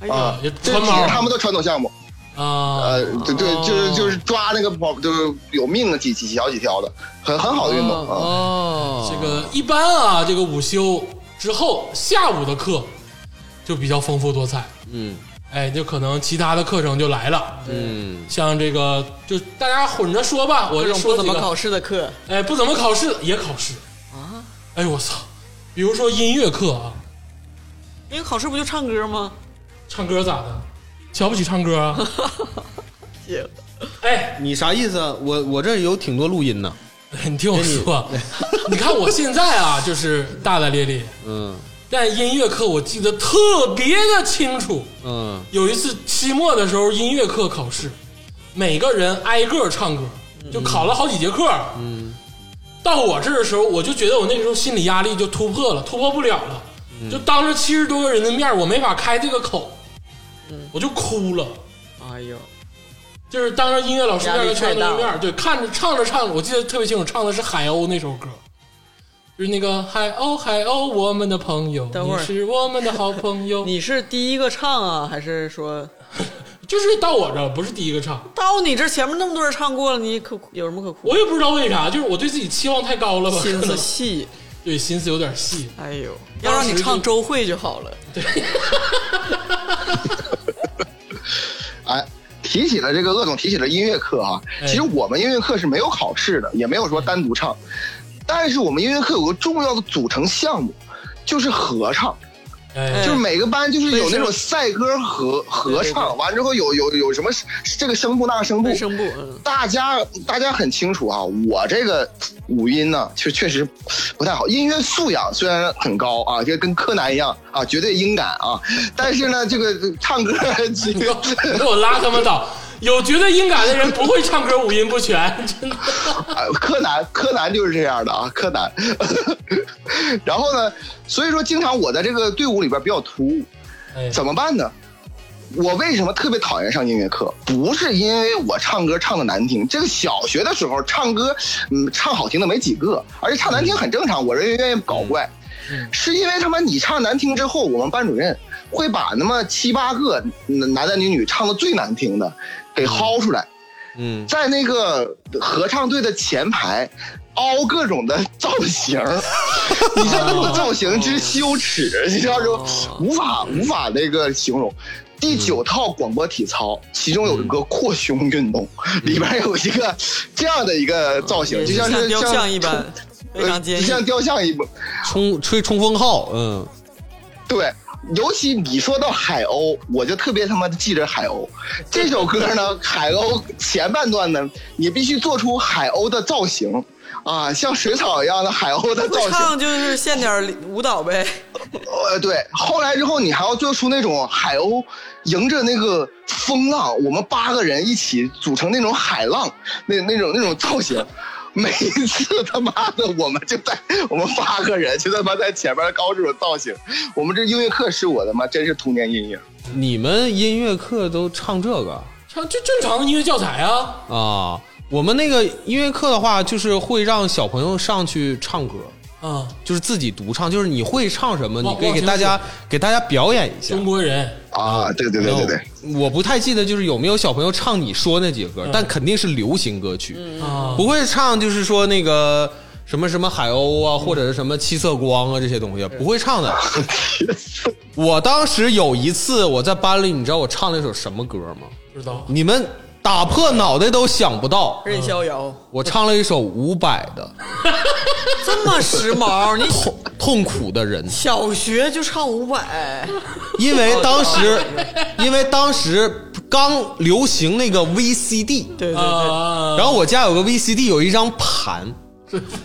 Speaker 4: 哎呀
Speaker 6: 啊
Speaker 2: 啊嗯也，
Speaker 6: 这
Speaker 2: 穿
Speaker 6: 也
Speaker 2: 毛
Speaker 6: 是他们的传统项目。
Speaker 2: 啊
Speaker 6: 呃，对对，
Speaker 2: 哦
Speaker 6: 就是就是抓那个跑，就是有命的几几小几条的，很很好的运动啊。
Speaker 3: 哦，
Speaker 2: 这个一般啊，这个午休之后下午的课就比较丰富多彩，
Speaker 3: 嗯
Speaker 2: 哎，就可能其他的课程就来了，
Speaker 3: 嗯，
Speaker 2: 像这个就大家混着说吧，我
Speaker 4: 这
Speaker 2: 就
Speaker 4: 种
Speaker 2: 说
Speaker 4: 不
Speaker 2: 几
Speaker 4: 怎么
Speaker 2: 个
Speaker 4: 考试的课，
Speaker 2: 哎，不怎么考试也考试啊！哎呦我操！比如说音乐课啊，
Speaker 4: 因为考试不就唱歌吗？
Speaker 2: 唱歌咋的？瞧不起唱歌 啊？哎，
Speaker 3: 你啥意思啊？我我这有挺多录音呢，
Speaker 2: 你听我说，
Speaker 4: 哎
Speaker 2: 你看我现在啊，就是大大咧咧，
Speaker 3: 嗯
Speaker 2: 但音乐课我记得特别的清楚。
Speaker 3: 嗯
Speaker 2: 有一次期末的时候，音乐课考试，每个人挨个唱歌，
Speaker 4: 嗯
Speaker 2: 就考了好几节课。嗯，到我这儿的时候，我就觉得我那个时候心理压力就突破了，突破不了了。
Speaker 4: 嗯
Speaker 2: 就当着七十多个人的面，我没法开这个口，
Speaker 4: 嗯
Speaker 2: 我就哭了。
Speaker 4: 哎呦，
Speaker 2: 就是当着音乐老师面
Speaker 4: 压
Speaker 2: 跟
Speaker 4: 力太
Speaker 2: 全
Speaker 4: 大
Speaker 2: 对
Speaker 4: 了
Speaker 2: 面，对，看着唱着唱着，我记得特别清楚，唱的是海鸥那首歌，就是那个海鸥海鸥，我们的朋友，
Speaker 4: 等会儿
Speaker 2: 你是我们的好朋友。
Speaker 4: 你是第一个唱啊，还是说
Speaker 2: 就是到我这儿不是第一个唱，
Speaker 4: 到你这前面那么多人唱过了，你可有什么可哭？
Speaker 2: 我也不知道为啥，就是我对自己期望太高了吧，
Speaker 4: 心
Speaker 2: 可
Speaker 4: 思
Speaker 2: 能
Speaker 4: 细，
Speaker 2: 对心思有点细。
Speaker 4: 哎呦，要
Speaker 2: 当时
Speaker 4: 让你唱
Speaker 2: 就
Speaker 4: 周慧就好了。
Speaker 6: 哎，提起了这个鄂总提起了音乐课哈、
Speaker 2: 哎
Speaker 6: 其实我们音乐课是没有考试的，也没有说单独唱，但是我们音乐课有个重要的组成项目，就是合唱。
Speaker 2: 哎，
Speaker 6: 就是每个班就是有那
Speaker 4: 分声
Speaker 6: 种赛歌合合唱，完之后有有有什么这个声部那个声部
Speaker 4: 卫，生部，嗯，
Speaker 6: 大家大家很清楚啊。我这个五音呢，确确实不太好，音乐素养虽然很高啊，就跟柯南一样啊，绝对音感啊，但是呢，这个唱歌这
Speaker 2: 你给
Speaker 6: 个
Speaker 2: 我你给我拉他们倒！有绝对音感的人不会唱歌，五音不全，真的。
Speaker 6: 啊，柯南，柯南就是这样的啊，柯南。 然后呢，所以说经常我在这个队伍里边比较突兀，
Speaker 2: 哎，
Speaker 6: 怎么办呢？我为什么特别讨厌上音乐课？不是因为我唱歌唱的难听，这个小学的时候唱歌，嗯，唱好听的没几个，而且唱难听很正常，我这人愿意搞怪。是因为他妈你唱难听之后，我们班主任会把那么七八个男男男女女唱的最难听的给薅出来，
Speaker 3: 嗯，
Speaker 6: 在那个合唱队的前排凹各种的造 型儿，你知道那种造型之羞耻，你知道就无法无法那个形容。第九套广播体操，其中有一个扩胸运动，里边有一个这样的一个造型，
Speaker 4: 嗯哦也
Speaker 6: 就是像
Speaker 4: 像
Speaker 6: 是
Speaker 4: 雕像一般，
Speaker 6: 呃
Speaker 4: 非常坚
Speaker 6: 就像
Speaker 4: 硬。
Speaker 6: 雕像一般。
Speaker 3: 冲吹冲锋号，嗯
Speaker 6: 对，尤其你说到海鸥，我就特别他妈的记着海鸥这首歌呢。海鸥前半段呢，你必须做出海鸥的造型啊，像水草一样的海鸥的造型。
Speaker 4: 唱就是献点儿舞蹈呗，
Speaker 6: 呃，对，后来之后你还要做出那种海鸥迎着那个风浪，我们八个人一起组成那种海浪，那那种那种造型。每一次他妈的，我们就在我们八个人就他妈在前面搞这种造型。我们这音乐课是我的妈，真是童年阴影。
Speaker 3: 你们音乐课都唱这个
Speaker 2: 唱就正常的音乐教材啊，
Speaker 3: 啊？我们那个音乐课的话，就是会让小朋友上去唱歌，
Speaker 2: 啊，
Speaker 3: 就是自己独唱，就是你会唱什么，
Speaker 2: 忘
Speaker 3: 你可以给大
Speaker 2: 忘
Speaker 3: 家
Speaker 2: 情
Speaker 3: 给大家表演一下
Speaker 2: 中。国人
Speaker 6: 啊，对对对对对，
Speaker 3: 我不太记得就是有没有小朋友唱你说那几个歌，但肯定是流行歌曲，
Speaker 2: 啊，
Speaker 3: 不会唱就是说那个什么什么海鸥啊，或者是什么七色光啊这些东西，不会唱的。我当时有一次我在班里，你知道我唱了一首什么歌吗？
Speaker 2: 不知道
Speaker 3: 你们打破脑袋都想不到，
Speaker 4: 任逍遥
Speaker 3: 我唱了一首伍佰的
Speaker 4: 这么时髦，你
Speaker 3: 《痛苦的人》。
Speaker 4: 小学就唱伍佰，
Speaker 3: 因为当时，因为当时刚流行那个 VCD，
Speaker 4: 对对对，
Speaker 2: 啊，
Speaker 3: 然后我家有个 VCD，有一张 盘，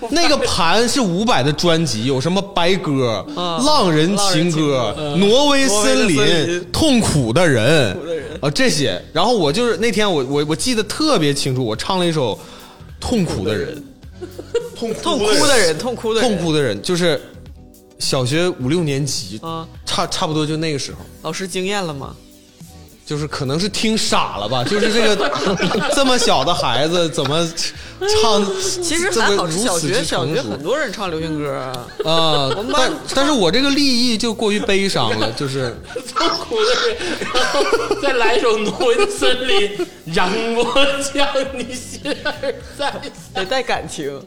Speaker 3: 那个盘是伍佰的专辑，有什么白鸽、
Speaker 4: 嗯
Speaker 3: 浪人情歌、挪威森
Speaker 4: 挪威的森
Speaker 3: 林
Speaker 4: 林、
Speaker 3: 痛苦的人啊这些。然后我就是那天我我我记得特别清楚，我唱了一首《痛苦的人
Speaker 8: 痛
Speaker 4: 痛
Speaker 8: 哭
Speaker 4: 哭的人，痛哭》，的人，
Speaker 3: 痛哭的人就是小学五六年级
Speaker 4: 啊，
Speaker 3: 差差不多就那个时候。
Speaker 4: 老师惊艳了吗？
Speaker 3: 就是可能是听傻了吧，就是这 个这么小的孩子怎么唱？
Speaker 4: 其实
Speaker 3: 这
Speaker 4: 还
Speaker 3: 个
Speaker 4: 好，
Speaker 3: 如
Speaker 4: 小
Speaker 3: 此
Speaker 4: 学
Speaker 3: 之
Speaker 4: 小
Speaker 3: 成
Speaker 4: 学
Speaker 3: 熟
Speaker 4: 很多人唱流行歌啊，
Speaker 3: 啊、
Speaker 4: 我们班
Speaker 3: 但但是我这个立意就过于悲伤 了，就是
Speaker 2: 痛苦的人，然后再来一首《挪威的森林》，让我将你心儿再想。
Speaker 4: 得带感 情。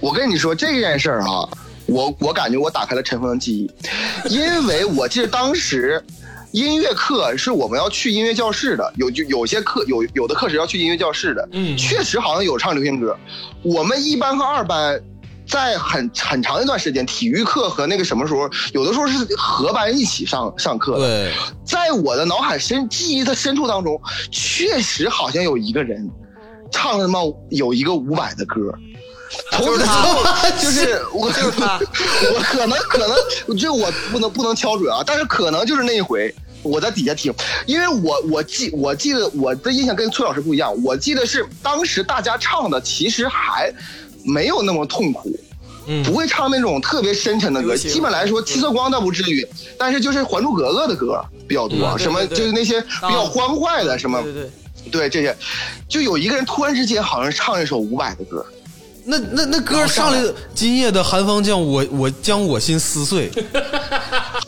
Speaker 6: 我跟你说这件事儿啊，我我感觉我打开了尘封的记忆，因为我记得当时音乐课是我们要去音乐教室的，有就有些课有有的课时要去音乐教室的，
Speaker 2: 嗯
Speaker 6: 确实好像有唱流行歌。我们一班和二班在很很长一段时间，体育课和那个什么时候，有的时候是合班一起上上课的。
Speaker 3: 对，
Speaker 6: 在我的脑海深记忆的深处当中，确实好像有一个人唱了他妈有一个伍佰的歌。
Speaker 4: 啊
Speaker 6: 从此之后， 就是我，
Speaker 4: 就是他
Speaker 6: 我可能可能这我不能不能敲准啊，但是可能就是那一回我在底下听，因为我我记我记得我的印象跟崔老师不一样，我记得是当时大家唱的其实还没有那么痛苦，
Speaker 2: 嗯
Speaker 6: 不会唱那种特别深沉的歌。
Speaker 4: 流行嗯
Speaker 6: 基本来说，七色光倒不至于，但是就是《还珠格格》的歌比较多，
Speaker 4: 嗯对
Speaker 6: 什么
Speaker 4: 对对啊
Speaker 6: 就是那些比较欢快的什么，
Speaker 4: 对对对，
Speaker 6: 对这些，就有一个人突然之间好像唱了一首伍佰的歌，
Speaker 3: 那那那歌上来，今夜的寒风将我我将我心撕碎，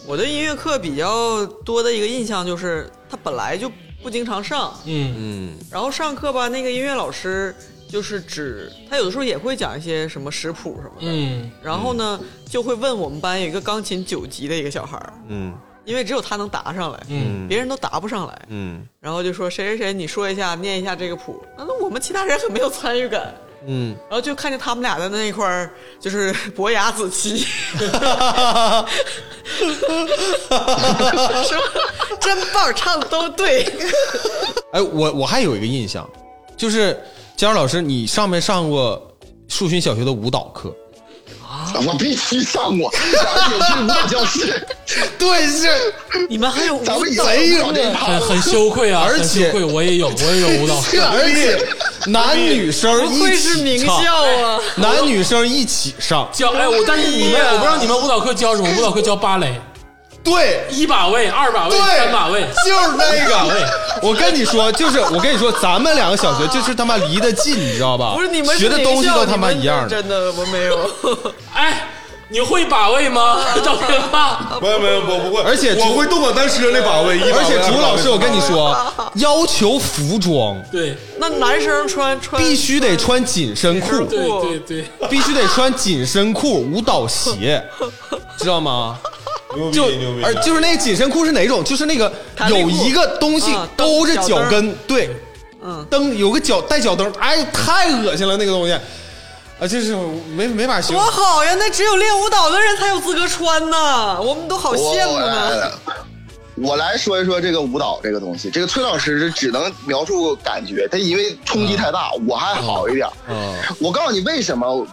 Speaker 4: 我对音乐课比较多的一个印象就是，他本来就不经常上，
Speaker 2: 嗯
Speaker 4: 然后上课吧，那个音乐老师就是只他有的时候也会讲一些什么食谱什么的，
Speaker 2: 嗯
Speaker 4: 然后呢就会问我们班有一个钢琴九级的一个小孩儿，
Speaker 3: 嗯
Speaker 4: 因为只有他能答上来，
Speaker 2: 嗯
Speaker 4: 别人都答不上来，
Speaker 3: 嗯
Speaker 4: 然后就说谁谁谁，你说一下，念一下这个谱。啊那我们其他人很没有参与感，
Speaker 3: 嗯，
Speaker 4: 然后就看见他们俩在那一块儿就是 伯牙 子期，说真棒，唱的都对。
Speaker 3: 哎，我我还有一个印象，就是佳儿老师，你上没上过树勋小学的舞蹈课？
Speaker 6: 我必须上 过，咱们有去舞蹈教室，
Speaker 3: 对，是
Speaker 4: 你们还有舞
Speaker 6: 咱们
Speaker 4: 蹈
Speaker 6: 也有舞蹈这一趴
Speaker 2: 很。很羞愧啊，
Speaker 3: 而
Speaker 2: 很
Speaker 3: 且
Speaker 2: 羞愧，我也有，我也有舞蹈课，
Speaker 3: 而且男女生
Speaker 4: 不愧
Speaker 3: 一
Speaker 4: 是名
Speaker 3: 起
Speaker 4: 校
Speaker 3: 唱，
Speaker 4: 啊！
Speaker 3: 男女生一起上，
Speaker 2: 教哎我，但是你们我不知道你们舞蹈课教什么，舞蹈课教芭蕾，
Speaker 3: 对，
Speaker 2: 一把位、二把位、
Speaker 3: 对，
Speaker 2: 三把位，
Speaker 3: 就是那个。我跟你说，就是我跟你说，咱们两个小学就是他妈离得近，你知道吧？
Speaker 4: 不是你们是
Speaker 3: 学的东西都他妈一样
Speaker 4: 名校
Speaker 3: 的。
Speaker 4: 你们真的我没有。
Speaker 2: 哎，你会把位吗？赵天霸，
Speaker 8: 没有没有，我不会，
Speaker 3: 而且
Speaker 8: 我会动感单车那把位，一把位
Speaker 3: 而且
Speaker 8: 二把位
Speaker 3: 竹老师，我跟你
Speaker 8: 三把位
Speaker 3: 说，要求服装
Speaker 2: 对
Speaker 4: 那男生穿穿
Speaker 3: 必须得穿紧身裤，
Speaker 2: 对对对，
Speaker 3: 必须得穿紧身裤、舞蹈 鞋，知道吗？
Speaker 8: 啊牛逼
Speaker 3: 就
Speaker 8: 牛逼，
Speaker 3: 而就是那个紧身裤是哪种？就是那个
Speaker 4: 弹力
Speaker 3: 有
Speaker 4: 裤
Speaker 3: 一个东西
Speaker 4: 啊蹬
Speaker 3: 勾着
Speaker 4: 脚
Speaker 3: 脚
Speaker 4: 蹬
Speaker 3: 跟，对，
Speaker 4: 嗯
Speaker 3: 蹬有个脚带脚蹬，哎，太恶心了那个东西，啊，就是没没法形
Speaker 4: 多
Speaker 3: 容。
Speaker 4: 好呀！那只有练舞蹈的人才有资格穿呢，我们都好羡慕呢。
Speaker 6: 我来说一说这个舞蹈这个东西，这个崔老师是只能描述感觉，他因为冲击太
Speaker 4: 嗯
Speaker 6: 大，我还好一点。
Speaker 3: 啊
Speaker 6: 我告诉你为什么，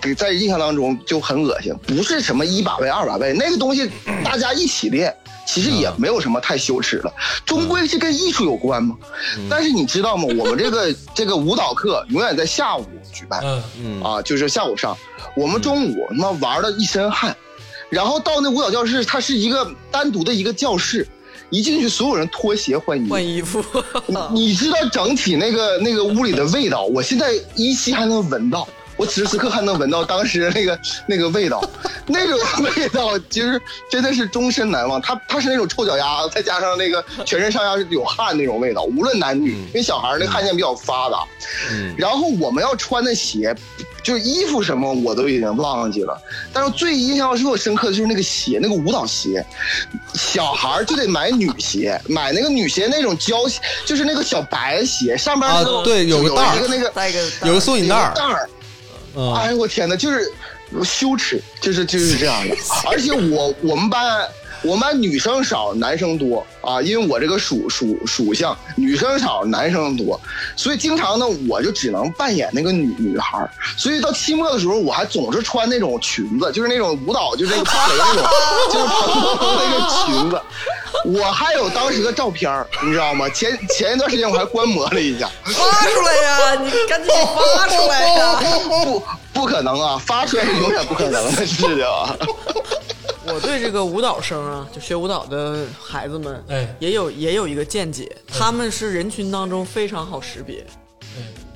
Speaker 6: 给在印象当中就很恶心，不是什么一把位、二把位，那个东西大家一起练，其实
Speaker 4: 嗯
Speaker 6: 也没有什么太羞耻的，终归是跟艺术有关嘛。
Speaker 4: 嗯
Speaker 6: 但是你知道吗？我们 这个这个舞蹈课永远在下午举办，
Speaker 2: 嗯
Speaker 6: 啊，就是下午上，我们中午他妈玩的一身汗，然后到那舞蹈教室，它是一个单独的一个教室，一进去所有人脱鞋换衣服
Speaker 4: 换衣服，
Speaker 6: 你你知道整体那个那个屋里的味道，我现在依稀还能闻到。我此时此刻还能闻到当时那个那个味道，那种味道其实真的是终身难忘。它它是那种臭脚丫，再加上那个全身上下是有汗那种味道，无论男女，因为小孩儿
Speaker 3: 嗯
Speaker 6: 那个汗腺比较发达。然后我们要穿的鞋，就是衣服什么我都已经忘记了，但是最印象是我深刻的就是那个鞋，那个舞蹈鞋，小孩儿就得买女鞋，买那个女鞋那种胶鞋，就是那个小白鞋，上边
Speaker 3: 啊
Speaker 6: 那种
Speaker 3: 对有
Speaker 6: 有
Speaker 3: 个带儿
Speaker 6: 一个那个
Speaker 4: 再一个
Speaker 3: 有个松紧带儿
Speaker 6: 有个，带儿，
Speaker 3: 嗯，
Speaker 6: 哎呦我天哪，就是羞耻，就是就是这 样的。而且我我们班我们班女生少，男生多啊，因为我这个属属属相，女生少，男生多，所以经常呢我就只能扮演那个女女孩儿。所以到期末的时候，我还总是穿那种裙子，就是那种舞蹈，就是那个芭蕾那种，就是蓬蓬的那个裙子。我还有当时的照片儿你知道吗？前前一段时间我还观摩了一下。
Speaker 4: 发出来呀！你赶紧发出来呀！
Speaker 6: 不，不可能啊！发出来是永远不可能的事情啊！
Speaker 4: 我对这个舞蹈生啊，就学舞蹈的孩子们，
Speaker 2: 哎
Speaker 4: 也有也有一个见解，他们是人群当中非常好识别，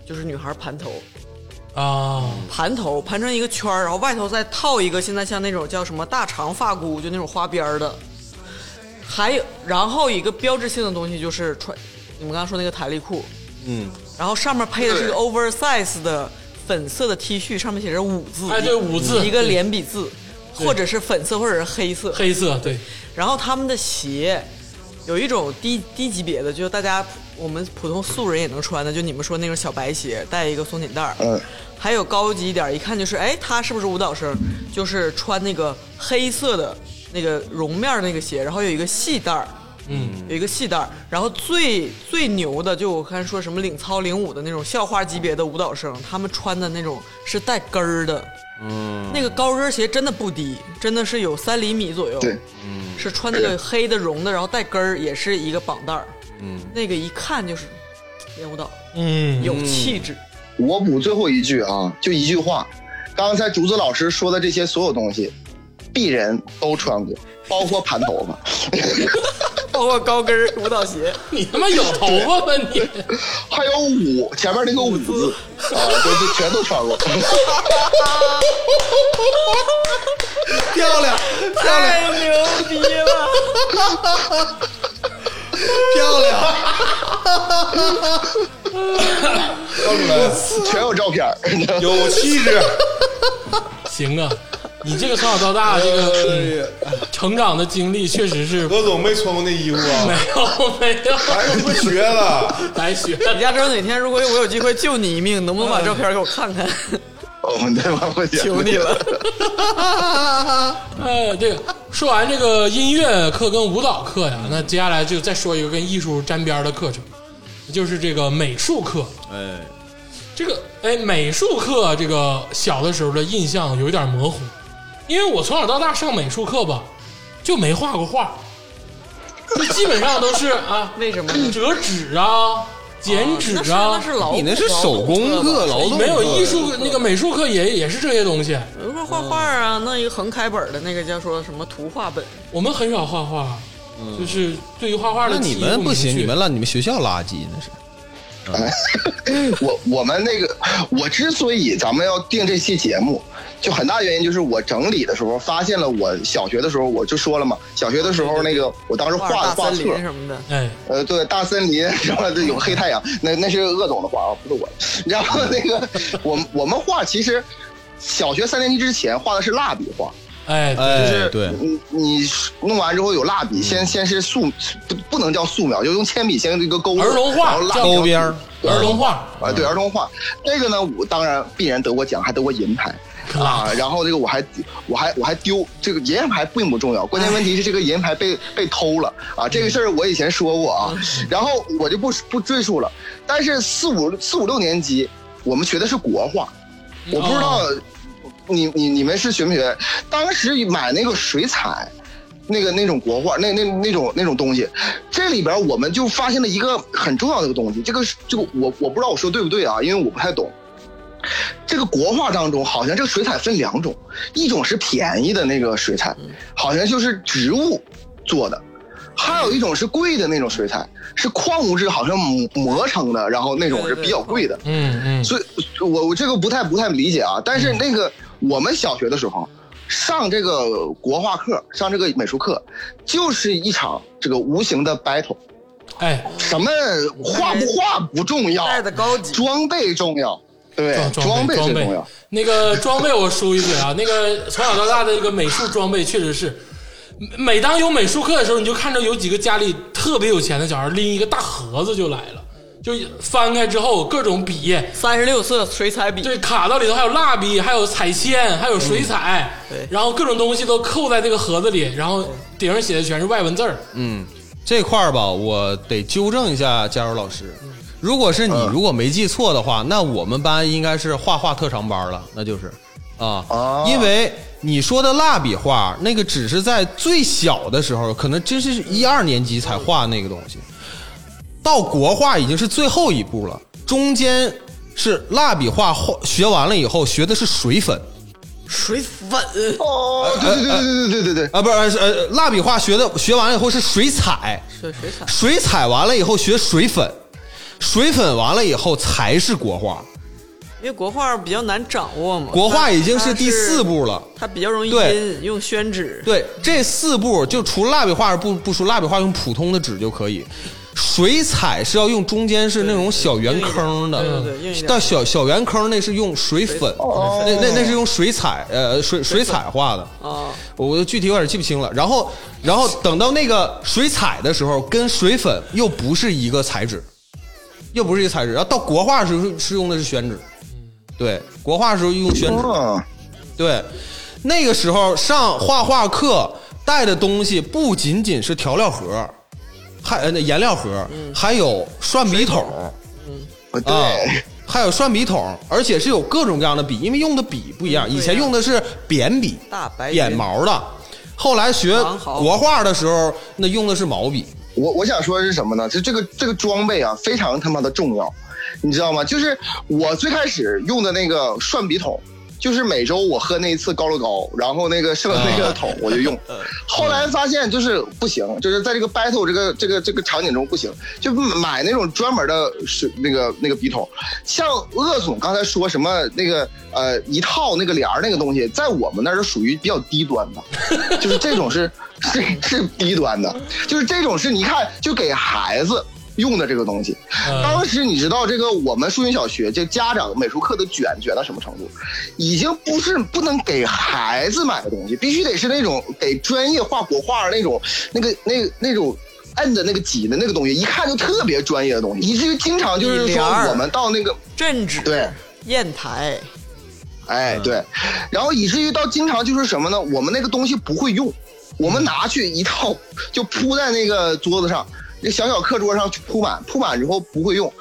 Speaker 4: 就是女孩盘头，
Speaker 2: 啊，
Speaker 4: 盘头盘成一个圈儿，然后外头再套一个，现在像那种叫什么大长发箍，就那种花边儿的。还有，然后一个标志性的东西就是穿你们刚刚说那个弹力裤，
Speaker 8: 嗯，
Speaker 4: 然后上面配的是一个
Speaker 6: 对
Speaker 4: oversize 的粉色的 T 恤，上面写着五字，
Speaker 2: 哎对五字
Speaker 4: 一个连笔字，或者是粉色或者是黑色。
Speaker 2: 黑色对，
Speaker 4: 然后他们的鞋有一种低低级别的，就是大家我们普通素人也能穿的，就你们说那种小白鞋，带一个松紧带儿。
Speaker 6: 嗯。
Speaker 4: 还有高级一点儿，一看就是，哎，他是不是舞蹈生？就是穿那个黑色的那个绒面儿那个鞋，然后有一个细带儿。
Speaker 2: 嗯，
Speaker 4: 有一个系带儿，然后最最牛的，就我看说什么领操领舞的那种校花级别的舞蹈生，他们穿的那种是带跟儿的，嗯，那个高跟鞋真的不低，真的是有三厘米左右，
Speaker 6: 对，
Speaker 4: 嗯，是穿那个黑的绒的，然后带跟儿，也是一个绑带儿，嗯，那个一看就是练舞蹈，
Speaker 2: 嗯，
Speaker 4: 有气质，
Speaker 6: 我补最后一句啊，就一句话，刚才竹子老师说的这些所有东西，鄙人都穿过，包括盘头 哎发。
Speaker 4: 包括高跟儿舞蹈鞋，
Speaker 2: 你他妈有头发吧你？
Speaker 6: 还有五前面那个五字啊，都都全都穿过。
Speaker 3: 漂亮，漂亮，
Speaker 4: 太牛逼了！
Speaker 3: 漂亮，
Speaker 8: 告诉来
Speaker 6: 全有照片儿。
Speaker 8: 有气 质，
Speaker 2: 行啊，你这个从小到大这个
Speaker 3: 哎
Speaker 2: 嗯成长的经历确实是没
Speaker 8: 何总没穿过那衣服 啊，
Speaker 2: 有
Speaker 3: 哎
Speaker 2: 没有
Speaker 8: 白他妈学 了，
Speaker 2: 白学，
Speaker 4: 李嘉诚，哪天如果我有机会救你一命，能不能把照片给我看看？
Speaker 6: 我们再往后
Speaker 4: 求你了。
Speaker 2: 呃，这个说完这个音乐课跟舞蹈课呀，那接下来就再说一个跟艺术沾边的课程，就是这个美术课。
Speaker 8: 哎，
Speaker 2: 这个哎，美术课这个小的时候的印象有点模糊，因为我从小到大上美术课吧，就没画过画，就基本上都是啊
Speaker 4: 为什么呢
Speaker 2: 折纸啊、剪纸
Speaker 4: 哦那
Speaker 2: 啊
Speaker 4: 是，劳
Speaker 3: 你那是手工课，劳动
Speaker 2: 没有
Speaker 3: 课
Speaker 2: 艺术那个美术课也也是这些东西。
Speaker 4: 比如说画画啊，弄一个横开本的那个叫说什么图画本，
Speaker 2: 我们很少画画，就是对于画画的
Speaker 3: 那你
Speaker 2: 记忆
Speaker 3: 们不
Speaker 2: 明
Speaker 3: 行，
Speaker 2: 确
Speaker 3: 你们让你们学校垃圾那是。
Speaker 6: 我我们那个，我之所以咱们要定这期节目，就很大原因就是我整理的时候发现了，我小学的时候我就说了嘛，小学的时候那个我当时
Speaker 4: 画
Speaker 6: 画的
Speaker 4: 大
Speaker 6: 画
Speaker 4: 森
Speaker 6: 册，
Speaker 4: 林什么的。
Speaker 2: 哎，
Speaker 6: 呃，对，大森林 什么的有黑太阳，那那是鄂总的画啊，不是我的。然后那个我们我们画其实小学三年级之前画的是蜡笔画，
Speaker 2: 哎，
Speaker 3: 哎，对，嗯
Speaker 6: 你你弄完之后有蜡笔，先先是素不不能叫素描，就用铅笔先一个勾
Speaker 2: 儿童画
Speaker 6: 然后蜡笔
Speaker 3: 勾边儿，
Speaker 2: 儿童画
Speaker 6: 啊，对儿童画，这个呢，我当然必然得过奖，还得过银牌啊。 然后这个我还我还我还丢这个银牌并不重要，关键问题是这个银牌被被偷了啊。这个事儿我以前说过啊，然后我就不不赘述了。但是四五四五六年级，我们学的是国画，我不知道你你你们是学没学？当时买那个水彩，那个那种国画，那那那种那种东西，这里边我们就发现了一个很重要的一个东西。这个是这个我我不知道我说对不对啊，因为我不太懂。这个国画当中，好像这个水彩分两种，一种是便宜的那个水彩，好像就是植物做的，还有一种是贵的那种水菜，是矿物质好像磨磨成的，然后那种是比较贵的。
Speaker 2: 嗯嗯
Speaker 6: 所以我我这个不太不太理解啊。但是那个我们小学的时候上这个国画课，上这个美术课，就是一场这个无形的 battle，
Speaker 2: 哎，
Speaker 6: 什么画不画不重要，
Speaker 4: 带的高级，
Speaker 6: 装备重要，对，
Speaker 2: 装
Speaker 6: 哎备
Speaker 2: 装
Speaker 6: 最
Speaker 2: 备
Speaker 6: 重要。。
Speaker 2: 那个装备，我说一嘴啊，那个从小到大的一个美术装备，确实是，每当有美术课的时候，你就看着有几个家里特别有钱的小孩拎一个大盒子就来了，就翻开之后各种笔，
Speaker 4: 三十六色水彩笔，
Speaker 2: 对，卡到里头还有蜡笔，还有彩铅，还有水彩，
Speaker 4: 对
Speaker 2: 然后各种东西都扣在这个盒子里，然后顶上写的全是外文字儿。
Speaker 3: 这块儿吧，我得纠正一下佳茹老师。如果是你，如果没记错的话，那我们班应该是画画特长班了，那就是啊，
Speaker 6: 哦
Speaker 3: 因为你说的蜡笔画那个只是在最小的时候，可能真是一二年级才画那个东西，到国画已经是最后一步了，中间是蜡笔画画学完了以后，学的是水粉。
Speaker 4: 水粉，
Speaker 6: 哦，对对对对对对对对，
Speaker 3: 啊，不是，呃是呃，蜡笔画学的学完了以后是水彩，
Speaker 4: 对水彩，
Speaker 3: 水彩完了以后学水粉，水粉完了以后才是国画，
Speaker 4: 因为国画比较难掌握嘛，
Speaker 3: 国画已经
Speaker 4: 它
Speaker 3: 是第四，步了。
Speaker 4: 它它比较容易
Speaker 3: 对
Speaker 4: 印用宣纸，
Speaker 3: 对，这四步就除蜡笔画不不除蜡笔画用普通的纸就可以，水彩是要用中间是那种小圆坑的，
Speaker 4: 对对对硬一点哦
Speaker 3: 到小小圆坑那是用水粉，那那那是用水彩呃水水彩画的。
Speaker 4: 啊，
Speaker 3: 我具体有点记不清了，然后，然后等到那个水彩的时候，跟水粉又不是一个材质，又不是一个材质。然后到国画的时候是用的是宣纸，对，国画的时候用宣纸，
Speaker 6: 嗯，
Speaker 3: 对，那个时候上画画课带的东西不仅仅是调料盒，还呃那颜料盒，还有涮笔筒
Speaker 6: 哦对。
Speaker 3: 啊。还有涮笔筒，而且是有各种各样的笔，因为用的笔不一样。以前用的是扁笔，
Speaker 4: 大白
Speaker 3: 扁
Speaker 4: 云
Speaker 3: 毛的，后来学
Speaker 4: 王豪
Speaker 3: 国画的时候，那用的是毛笔。
Speaker 6: 我我想说的是什么呢？就这个这个装备啊，非常他妈的重要，你知道吗？就是我最开始用的那个涮笔筒，就是每周我喝那一次高乐高，然后那个剩那个桶我就用。后来发现就是不行，就是在这个 battle 这个这个这个场景中不行，就买那种专门的水那个那个笔筒。像鄂总刚才说什么那个呃一套那个帘儿那个东西，在我们那儿是属于比较低端的。就是这种是是是低端的，就是这种是你看就给孩子用的这个东西。
Speaker 2: 嗯
Speaker 6: 当时你知道这个我们树云小学这家长美术课都卷卷到什么程度，已经不是不能给孩子买的东西，必须得是那种给专业画国画那种那个那那种。摁的那个挤的那个东西，一看就特别专业的东西，以至于经常就是
Speaker 4: 一
Speaker 6: 说
Speaker 4: 帘儿
Speaker 6: 我们到那个
Speaker 4: 镇纸，
Speaker 6: 对，
Speaker 4: 砚台，
Speaker 6: 哎，对，然后以至于到经常就是什么呢？我们那个东西不会用，我们拿去一套就铺在那个桌子上，那小小课桌上去铺满，铺满之后不会用。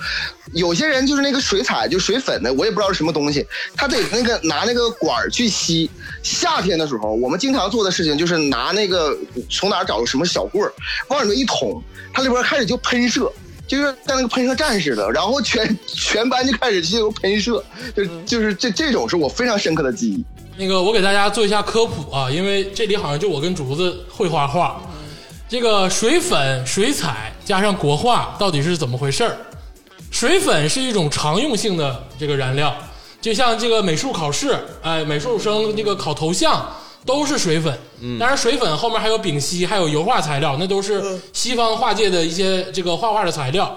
Speaker 6: 有些人就是那个水彩，就水粉的，我也不知道是什么东西，他得那个拿那个管儿去吸。夏天的时候，我们经常做的事情就是拿那个从哪儿找个什么小棍儿，往里面一捅，它里边开始就喷射。就是像那个喷射战似的，然后全全班就开始进入喷射，就就是这这种是我非常深刻的记忆。
Speaker 2: 那个，我给大家做一下科普啊，因为这里好像就我跟竹子会画画。这个水粉、水彩加上国画到底是怎么回事儿？水粉是一种常用性的这个燃料，就像这个美术考试，哎，美术生这个考头像都是水粉。当然，水粉后面还有丙烯，还有油画材料，那都是西方画界的一些这个画画的材料。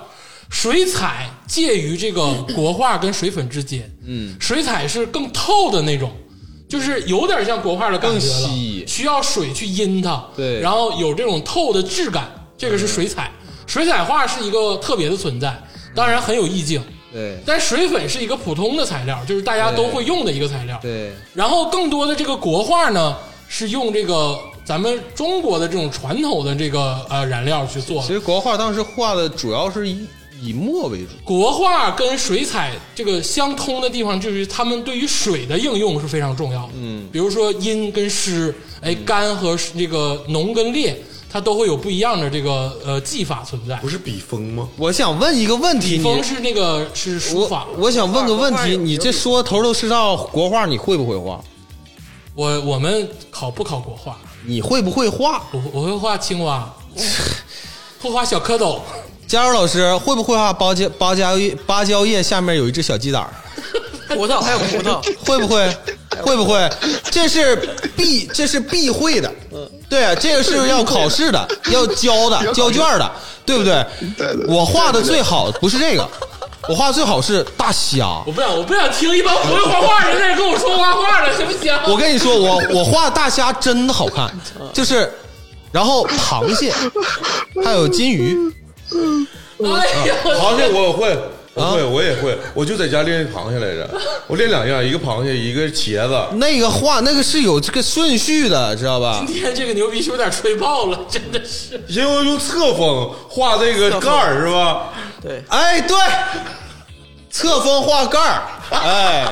Speaker 2: 水彩介于这个国画跟水粉之间，嗯，水彩是更透的那种，就是有点像国画的感觉了，
Speaker 3: 更稀
Speaker 2: 需要水去阴它，
Speaker 3: 对
Speaker 2: 然后有这种透的质感，这个是水彩。水彩画是一个特别的存在，当然很有意境，
Speaker 3: 对
Speaker 2: 但水粉是一个普通的材料，就是大家都会用的一个材料。
Speaker 3: 对，
Speaker 2: 然后更多的这个国画呢，是用这个咱们中国的这种传统的这个呃燃料去做
Speaker 3: 其
Speaker 2: 的。
Speaker 3: 实国画当时画的主要是以以墨为主。
Speaker 2: 国画跟水彩这个相通的地方，就是他们对于水的应用是非常重要的。嗯，比如说阴跟湿，哎，干和湿这个浓跟烈，它都会有不一样的这个呃技法存在
Speaker 8: 不。是笔锋吗？
Speaker 3: 我想问一个问题，
Speaker 2: 风
Speaker 3: 你
Speaker 2: 是那个是书法
Speaker 3: 我，我想问个问
Speaker 4: 国画
Speaker 3: 题，
Speaker 4: 有
Speaker 3: 你这说头头是道，国画你会不会画？
Speaker 2: 我我们考不考国画？
Speaker 3: 你会不会画？
Speaker 2: 我我会画青蛙，不花小蝌蚪，
Speaker 3: 佳茹老师会不会画芭蕉芭蕉叶？芭蕉叶下面有一只小鸡蛋，
Speaker 4: 葡萄还有葡萄，
Speaker 3: 会不 会？会不会？这是必这是必会的，对啊，这个是要考试的，要交的，交卷的，对不对？
Speaker 6: 对对对
Speaker 3: 我画的最好不是这个，我画的最好是大虾。
Speaker 2: 我不想，我不想听一帮不会画画的人在这跟我说画画了，行不行？
Speaker 3: 我跟你说，我我画大虾真的好看，就是，然后螃蟹，还有金鱼，
Speaker 2: 哎呀，我
Speaker 8: 螃蟹我也会，我会，我也会，我就在家练螃蟹来着。我练两样，一个螃蟹，一个茄子。
Speaker 3: 那个画那个是有这个顺序的，知道吧？
Speaker 2: 今天这个牛逼是有点吹爆了，真的是。
Speaker 8: 因为我用侧锋画这个盖儿是吧？
Speaker 4: 对，
Speaker 3: 哎，对，侧锋画盖儿，哎，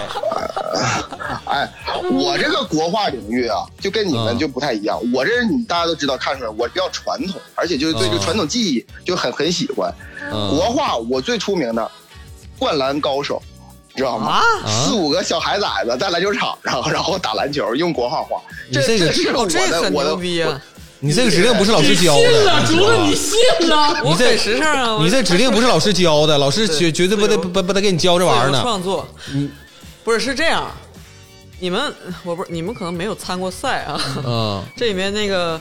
Speaker 6: 哎，我这个国画领域啊，就跟你们就不太一样。我这人你大家都知道，看出来我比较传统，而且就是对这个传统技艺就很很喜欢。
Speaker 3: 嗯
Speaker 6: 国画我最出名的《灌篮高手》，知道吗？
Speaker 4: 啊
Speaker 6: 四五个小孩崽子在篮球场，然后然后打篮球，用国画画。这
Speaker 3: 你这个
Speaker 6: 是我
Speaker 4: 哦，这
Speaker 6: 的
Speaker 4: 很
Speaker 6: 我的
Speaker 4: 牛逼啊！
Speaker 3: 你这个指定不是老
Speaker 2: 你
Speaker 3: 师
Speaker 2: 信
Speaker 3: 教的，
Speaker 2: 了，竹子，你信了？
Speaker 4: 我
Speaker 3: 你这
Speaker 4: 很时尚啊！
Speaker 3: 你这指定不是老师教的，老师绝
Speaker 4: 对
Speaker 3: 绝对不得
Speaker 4: 自由
Speaker 3: 不不得给你教这
Speaker 4: 这
Speaker 3: 玩意儿呢。
Speaker 4: 创作，不是是这样，你们我不是你们可能没有参过赛啊。
Speaker 3: 嗯
Speaker 4: 这里面那个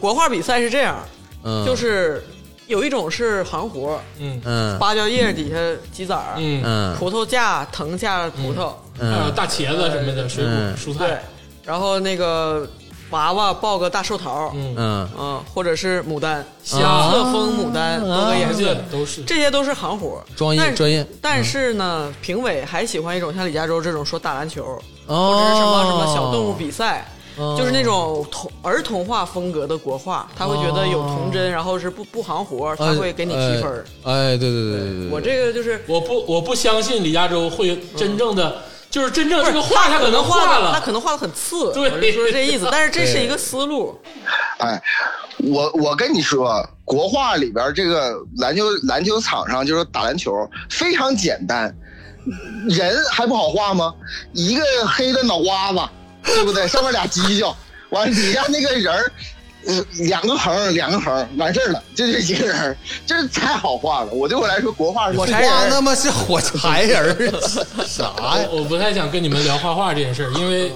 Speaker 4: 国画比赛是这样，
Speaker 3: 嗯，
Speaker 4: 就是有一种是行活，
Speaker 2: 嗯
Speaker 3: 嗯
Speaker 4: 芭蕉叶底下鸡仔儿，
Speaker 2: 嗯，
Speaker 3: 嗯
Speaker 4: 葡萄架藤架葡萄，
Speaker 2: 还有
Speaker 3: 嗯
Speaker 2: 啊大茄子什么的水果
Speaker 3: 嗯
Speaker 2: 蔬
Speaker 4: 对
Speaker 2: 菜，，
Speaker 4: 然后那个娃娃抱个大寿桃，
Speaker 2: 嗯
Speaker 3: 嗯，
Speaker 4: 嗯，或者是牡丹，
Speaker 2: 香
Speaker 4: 侧风牡丹多个颜
Speaker 2: 哎这
Speaker 4: 色
Speaker 2: 些，都是
Speaker 4: 啊这些都是行活，
Speaker 3: 专业
Speaker 4: 但
Speaker 3: 专业
Speaker 4: 但是呢，评委还喜欢一种像李佳洲这种说打篮球，
Speaker 3: 哦
Speaker 4: 或者是什么什么小动物比赛。
Speaker 3: 哦
Speaker 4: 就是那种童儿童画风格的国画，他会觉得有童真，然后是不不行活，他会给你提分儿。
Speaker 3: 哎。哎，对对对对对，
Speaker 4: 我这个就是
Speaker 2: 我不我不相信李嘉洲会真正的，就是真正这个画
Speaker 4: 他
Speaker 2: 可能画
Speaker 4: 的，他
Speaker 2: 了，
Speaker 4: 可能画的很次，
Speaker 2: 对
Speaker 4: 我是说这意思。但是这是一个思路，
Speaker 6: 哎，我我跟你说，国画里边这个篮球篮球场上就是打篮球非常简单，人还不好画吗？一个黑的脑瓜子，对不对？上面俩犄角，完底下那个人儿。呃两个横，两个横，完事儿了，就这一个人儿，这太好画了。我对我来说，国画是
Speaker 4: 我
Speaker 6: 最
Speaker 4: 才人
Speaker 3: 画那么是火柴人 儿，啊啥呀？
Speaker 2: 我我不太想跟你们聊画画这件事儿，因为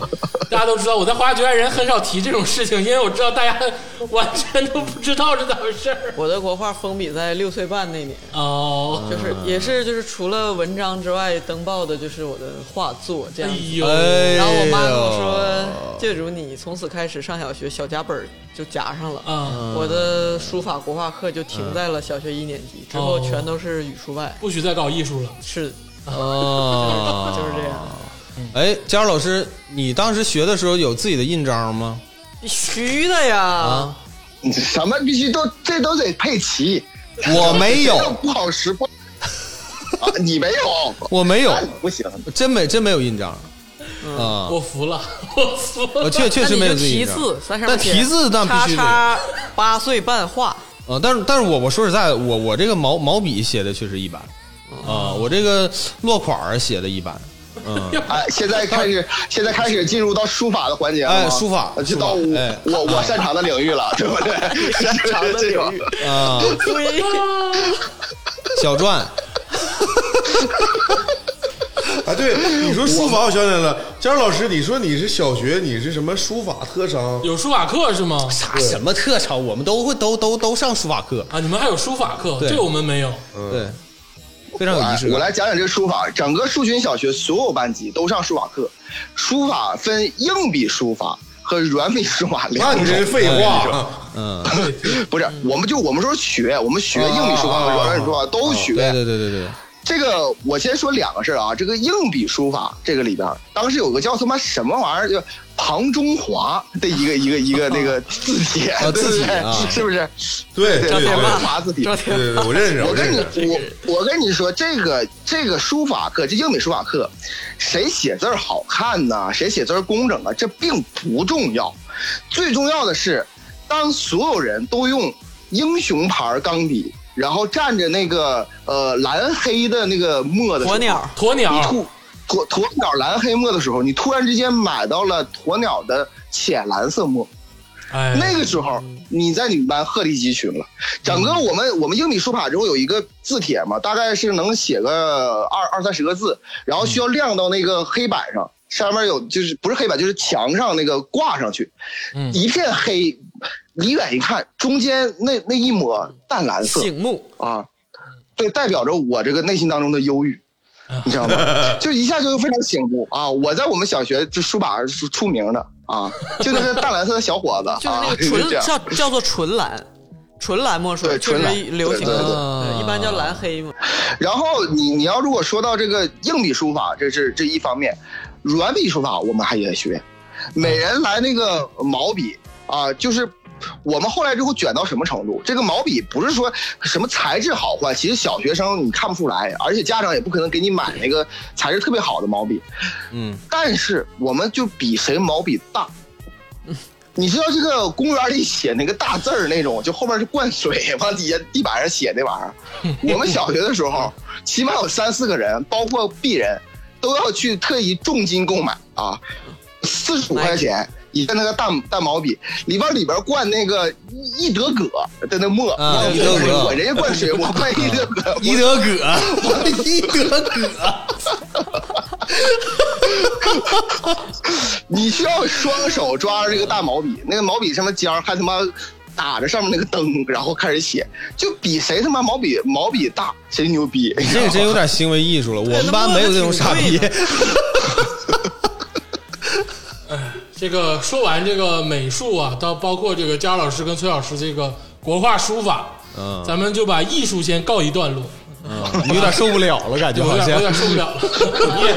Speaker 2: 大家都知道我在花局外人很少提这种事情，因为我知道大家 完全都不知道是咋回事儿。
Speaker 4: 我的国画封笔在六岁半那年，
Speaker 2: 哦，
Speaker 4: 就是也是就是除了文章之外登报的就是我的画作这
Speaker 2: 哎
Speaker 4: 样子。
Speaker 2: 呦，
Speaker 3: 哎呦
Speaker 4: 然后我妈跟我
Speaker 3: 哎
Speaker 4: 说：“借如你从此开始上小学，小夹本儿就夹上了。
Speaker 2: 啊，
Speaker 3: 嗯
Speaker 4: 我的书法国画课就停在了小学一年级，之后全都是语数外。
Speaker 2: 不许再搞艺术了。
Speaker 4: 是，
Speaker 3: 哦，
Speaker 4: 就是这样。
Speaker 3: 哎，佳茹老师，你当时学的时候有自己的印章吗？
Speaker 4: 必须的呀！
Speaker 3: 啊，
Speaker 6: 什么必须都这都得配齐。
Speaker 3: 我没有
Speaker 6: 这不好识破。啊，你没有，
Speaker 3: 我没有
Speaker 6: 那，你不行。
Speaker 3: 真没真没有印章啊。
Speaker 2: 我服了， 我服
Speaker 3: 我
Speaker 2: 了。
Speaker 3: 确确实没有
Speaker 4: 那
Speaker 3: 自
Speaker 4: 你
Speaker 3: 己
Speaker 4: 就题
Speaker 3: 印章
Speaker 4: 字，三十
Speaker 3: 但题字那必须得有
Speaker 4: 叉叉八岁 半画，
Speaker 3: 啊，但是但是我我说实在的，我我这个毛毛笔写的确实一般啊，我这个落款儿写的一般，
Speaker 6: 哎，现在开始，现在开始进入到书法的环节了吗。
Speaker 3: 哎书法
Speaker 6: 就到
Speaker 3: 书
Speaker 6: 我、
Speaker 3: 法哎
Speaker 6: 我我擅长的领域了，对不对？擅长
Speaker 4: 的领域
Speaker 3: 啊， 小 篆，
Speaker 8: 啊，对，你说书法，我想起来了，佳茹老师，你说你是小学，你是什么书法特长？
Speaker 2: 有书法课是吗？
Speaker 3: 啥什么特长，我们都会都都都上书法课，
Speaker 2: 啊，你们还有书法课，
Speaker 3: 对
Speaker 2: 这我们没有。
Speaker 3: 对，嗯非常有
Speaker 6: 哎
Speaker 3: 仪式
Speaker 6: 我
Speaker 3: 感。
Speaker 6: 来讲讲这个书法。整个树群小学所有班级都上书法课，书法分硬笔书法和软笔书法
Speaker 8: 那
Speaker 6: 两
Speaker 8: 你
Speaker 6: 种哎
Speaker 8: 真。是废话，啊
Speaker 3: 嗯，
Speaker 6: 不是，我们就我们说学，我们学硬笔书法和软笔书法都学。
Speaker 3: 对对对对对，
Speaker 6: 这个我先说两个事儿啊，这个硬笔书法这个里边儿，当时有个叫他妈什么玩意儿，就庞中华的一个一个一个那个字帖，
Speaker 3: 啊
Speaker 6: 对不
Speaker 3: 字
Speaker 6: 对？
Speaker 3: 帖啊
Speaker 6: 是是不是？
Speaker 8: 对对
Speaker 4: 张
Speaker 8: 对
Speaker 4: 天
Speaker 8: 对
Speaker 4: 霸
Speaker 6: 华字体
Speaker 4: 张
Speaker 8: 对
Speaker 4: 天
Speaker 8: 对，对我认识，
Speaker 6: 我
Speaker 8: 我
Speaker 6: 跟
Speaker 8: 认
Speaker 6: 你
Speaker 8: 识。
Speaker 6: 我我跟你说，这个这个书法课，这硬笔书法课，谁写字儿好看呐、谁写字儿工整啊？这并不重要，最重要的是，当所有人都用英雄牌钢笔，然后蘸着那个呃蓝黑的那个墨的时候
Speaker 4: 鸵鸟，
Speaker 2: 鸵鸟
Speaker 6: 你突鸵鸵鸟蓝黑墨的时候，你突然之间买到了鸵鸟的浅蓝色墨，
Speaker 2: 哎，
Speaker 6: 那个时候你在你们班鹤立鸡群了。整个我
Speaker 2: 嗯
Speaker 6: 们我们英语书法中有一个字帖嘛，大概是能写个二二三十个字，然后需要亮到那个黑板上，上面有就是不是黑板就是墙上那个挂上去，
Speaker 2: 嗯
Speaker 6: 一片黑，离远一看，中间那那一抹淡蓝色
Speaker 4: 醒目，
Speaker 6: 啊，对，代表着我这个内心当中的忧郁。你知道吗？就一下就非常醒目啊！我在我们小学就书法是出名的啊，就那个淡蓝色的小伙子
Speaker 4: 就是那
Speaker 6: 啊，
Speaker 4: 个
Speaker 6: 就是
Speaker 4: 纯
Speaker 6: 这样。
Speaker 4: 叫叫做纯蓝，纯蓝墨水
Speaker 6: 对
Speaker 4: 确
Speaker 6: 纯蓝
Speaker 4: 实流行
Speaker 6: 对对对
Speaker 4: 的，一般叫蓝黑嘛。
Speaker 6: 然后你你要如果说到这个硬笔书法，这是这一方面，软笔书法我们还也学，每人来那个毛笔啊，就是。我们后来之后卷到什么程度？这个毛笔不是说什么材质好坏，其实小学生你看不出来，而且家长也不可能给你买那个材质特别好的毛笔。
Speaker 3: 嗯，
Speaker 6: 但是我们就比谁毛笔大。你知道这个公园里写那个大字儿那种，就后面是灌水，往底下地板上写那玩意儿。 我们小学的时候，起码有三四个人，包括鄙人，都要去特意重金购买啊，四十五块钱一个那个大大毛笔，里边里边灌那个一德葛的那墨，
Speaker 3: 啊
Speaker 6: 我
Speaker 3: 一德葛
Speaker 6: 我人家灌水，我灌一德葛，
Speaker 3: 一德葛，一德葛，
Speaker 6: 你需要双手抓着这个大毛笔，那个毛笔上面尖儿还他妈打着上面那个灯，然后开始写，就比谁他妈毛笔毛笔大谁牛逼。
Speaker 3: 你这个真有点行为艺术了。我们班没有这种傻逼。
Speaker 2: 这个说完这个美术啊，到包括这个佳老师跟崔老师这个国画书法，
Speaker 3: 嗯，
Speaker 2: 咱们就把艺术先告一段落，
Speaker 3: 有点受不了了，感觉
Speaker 2: 有
Speaker 3: 好
Speaker 2: 点有点
Speaker 3: 像
Speaker 2: 受不 了了。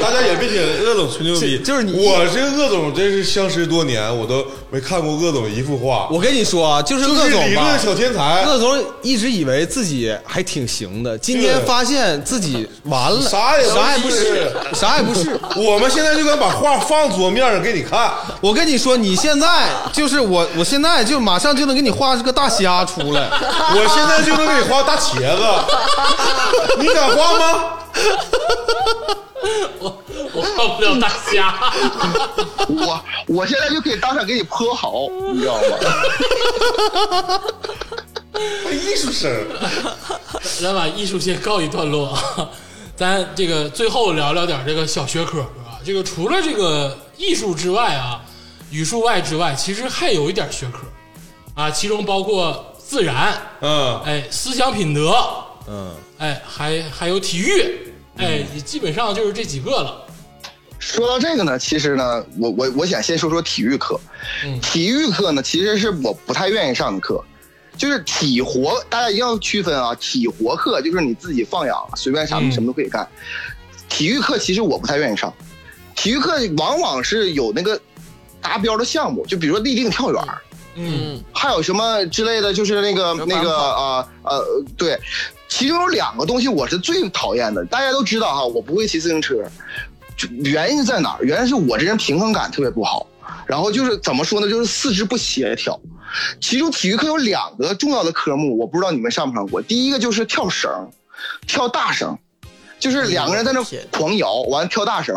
Speaker 8: 大家也别听鄂总吹牛逼，
Speaker 3: 是就是你
Speaker 8: 我这鄂总真是相识多年，我都没看过鄂总一幅画。
Speaker 3: 我跟你说啊，就是
Speaker 8: 就
Speaker 3: 鄂
Speaker 8: 是
Speaker 3: 总
Speaker 8: 理
Speaker 3: 吧
Speaker 8: 论，小天才，
Speaker 3: 鄂总一直以为自己还挺行的，今天
Speaker 8: 是
Speaker 3: 发现自己完了，
Speaker 8: 啥也不
Speaker 3: 啥也不是
Speaker 8: 是，
Speaker 3: 啥也不是。
Speaker 8: 我们现在就敢把画放桌面上给你看，
Speaker 3: 我跟你说，你现在就是我，我现在就马上就能给你画出个大虾出来。
Speaker 8: 我现在就能给你画大茄子， 你敢画吗？
Speaker 2: 我告不了大家，
Speaker 6: 我我现在就可以当场给你泼好，你知道吗？
Speaker 8: 艺术生，
Speaker 2: 咱把艺术先告一段落啊，咱这个最后聊聊点这个小学科啊。这个除了这个艺术之外啊，语数外之外，其实还有一点学科啊，其中包括自然，
Speaker 8: 嗯，
Speaker 2: 哎，思想品德，嗯，哎，还还有体育，哎，也基本上就是这几个了。
Speaker 6: 说到这个呢，其实呢，我我我想先说说体育课。体育课呢，其实是我不太愿意上的课，就是体活，大家一定要区分啊。体活课就是你自己放养，随便啥
Speaker 2: 嗯
Speaker 6: 什么都可以干。体育课其实我不太愿意上，体育课往往是有那个达标的项目，就比如说立定跳远儿，
Speaker 2: 嗯
Speaker 6: 还有什么之类的，就是那个
Speaker 4: 有
Speaker 6: 那个啊呃对，其中有两个东西我是最讨厌的，大家都知道哈，我不会骑自行车，就原因在哪儿？原因是我这人平衡感特别不好，然后就是怎么说呢，就是四肢不协调。其中体育课有两个重要的科目，我不知道你们上不上过。第一个就是跳绳，跳大绳，就是两个人在那嗯
Speaker 4: 天
Speaker 6: 狂摇，完跳大绳。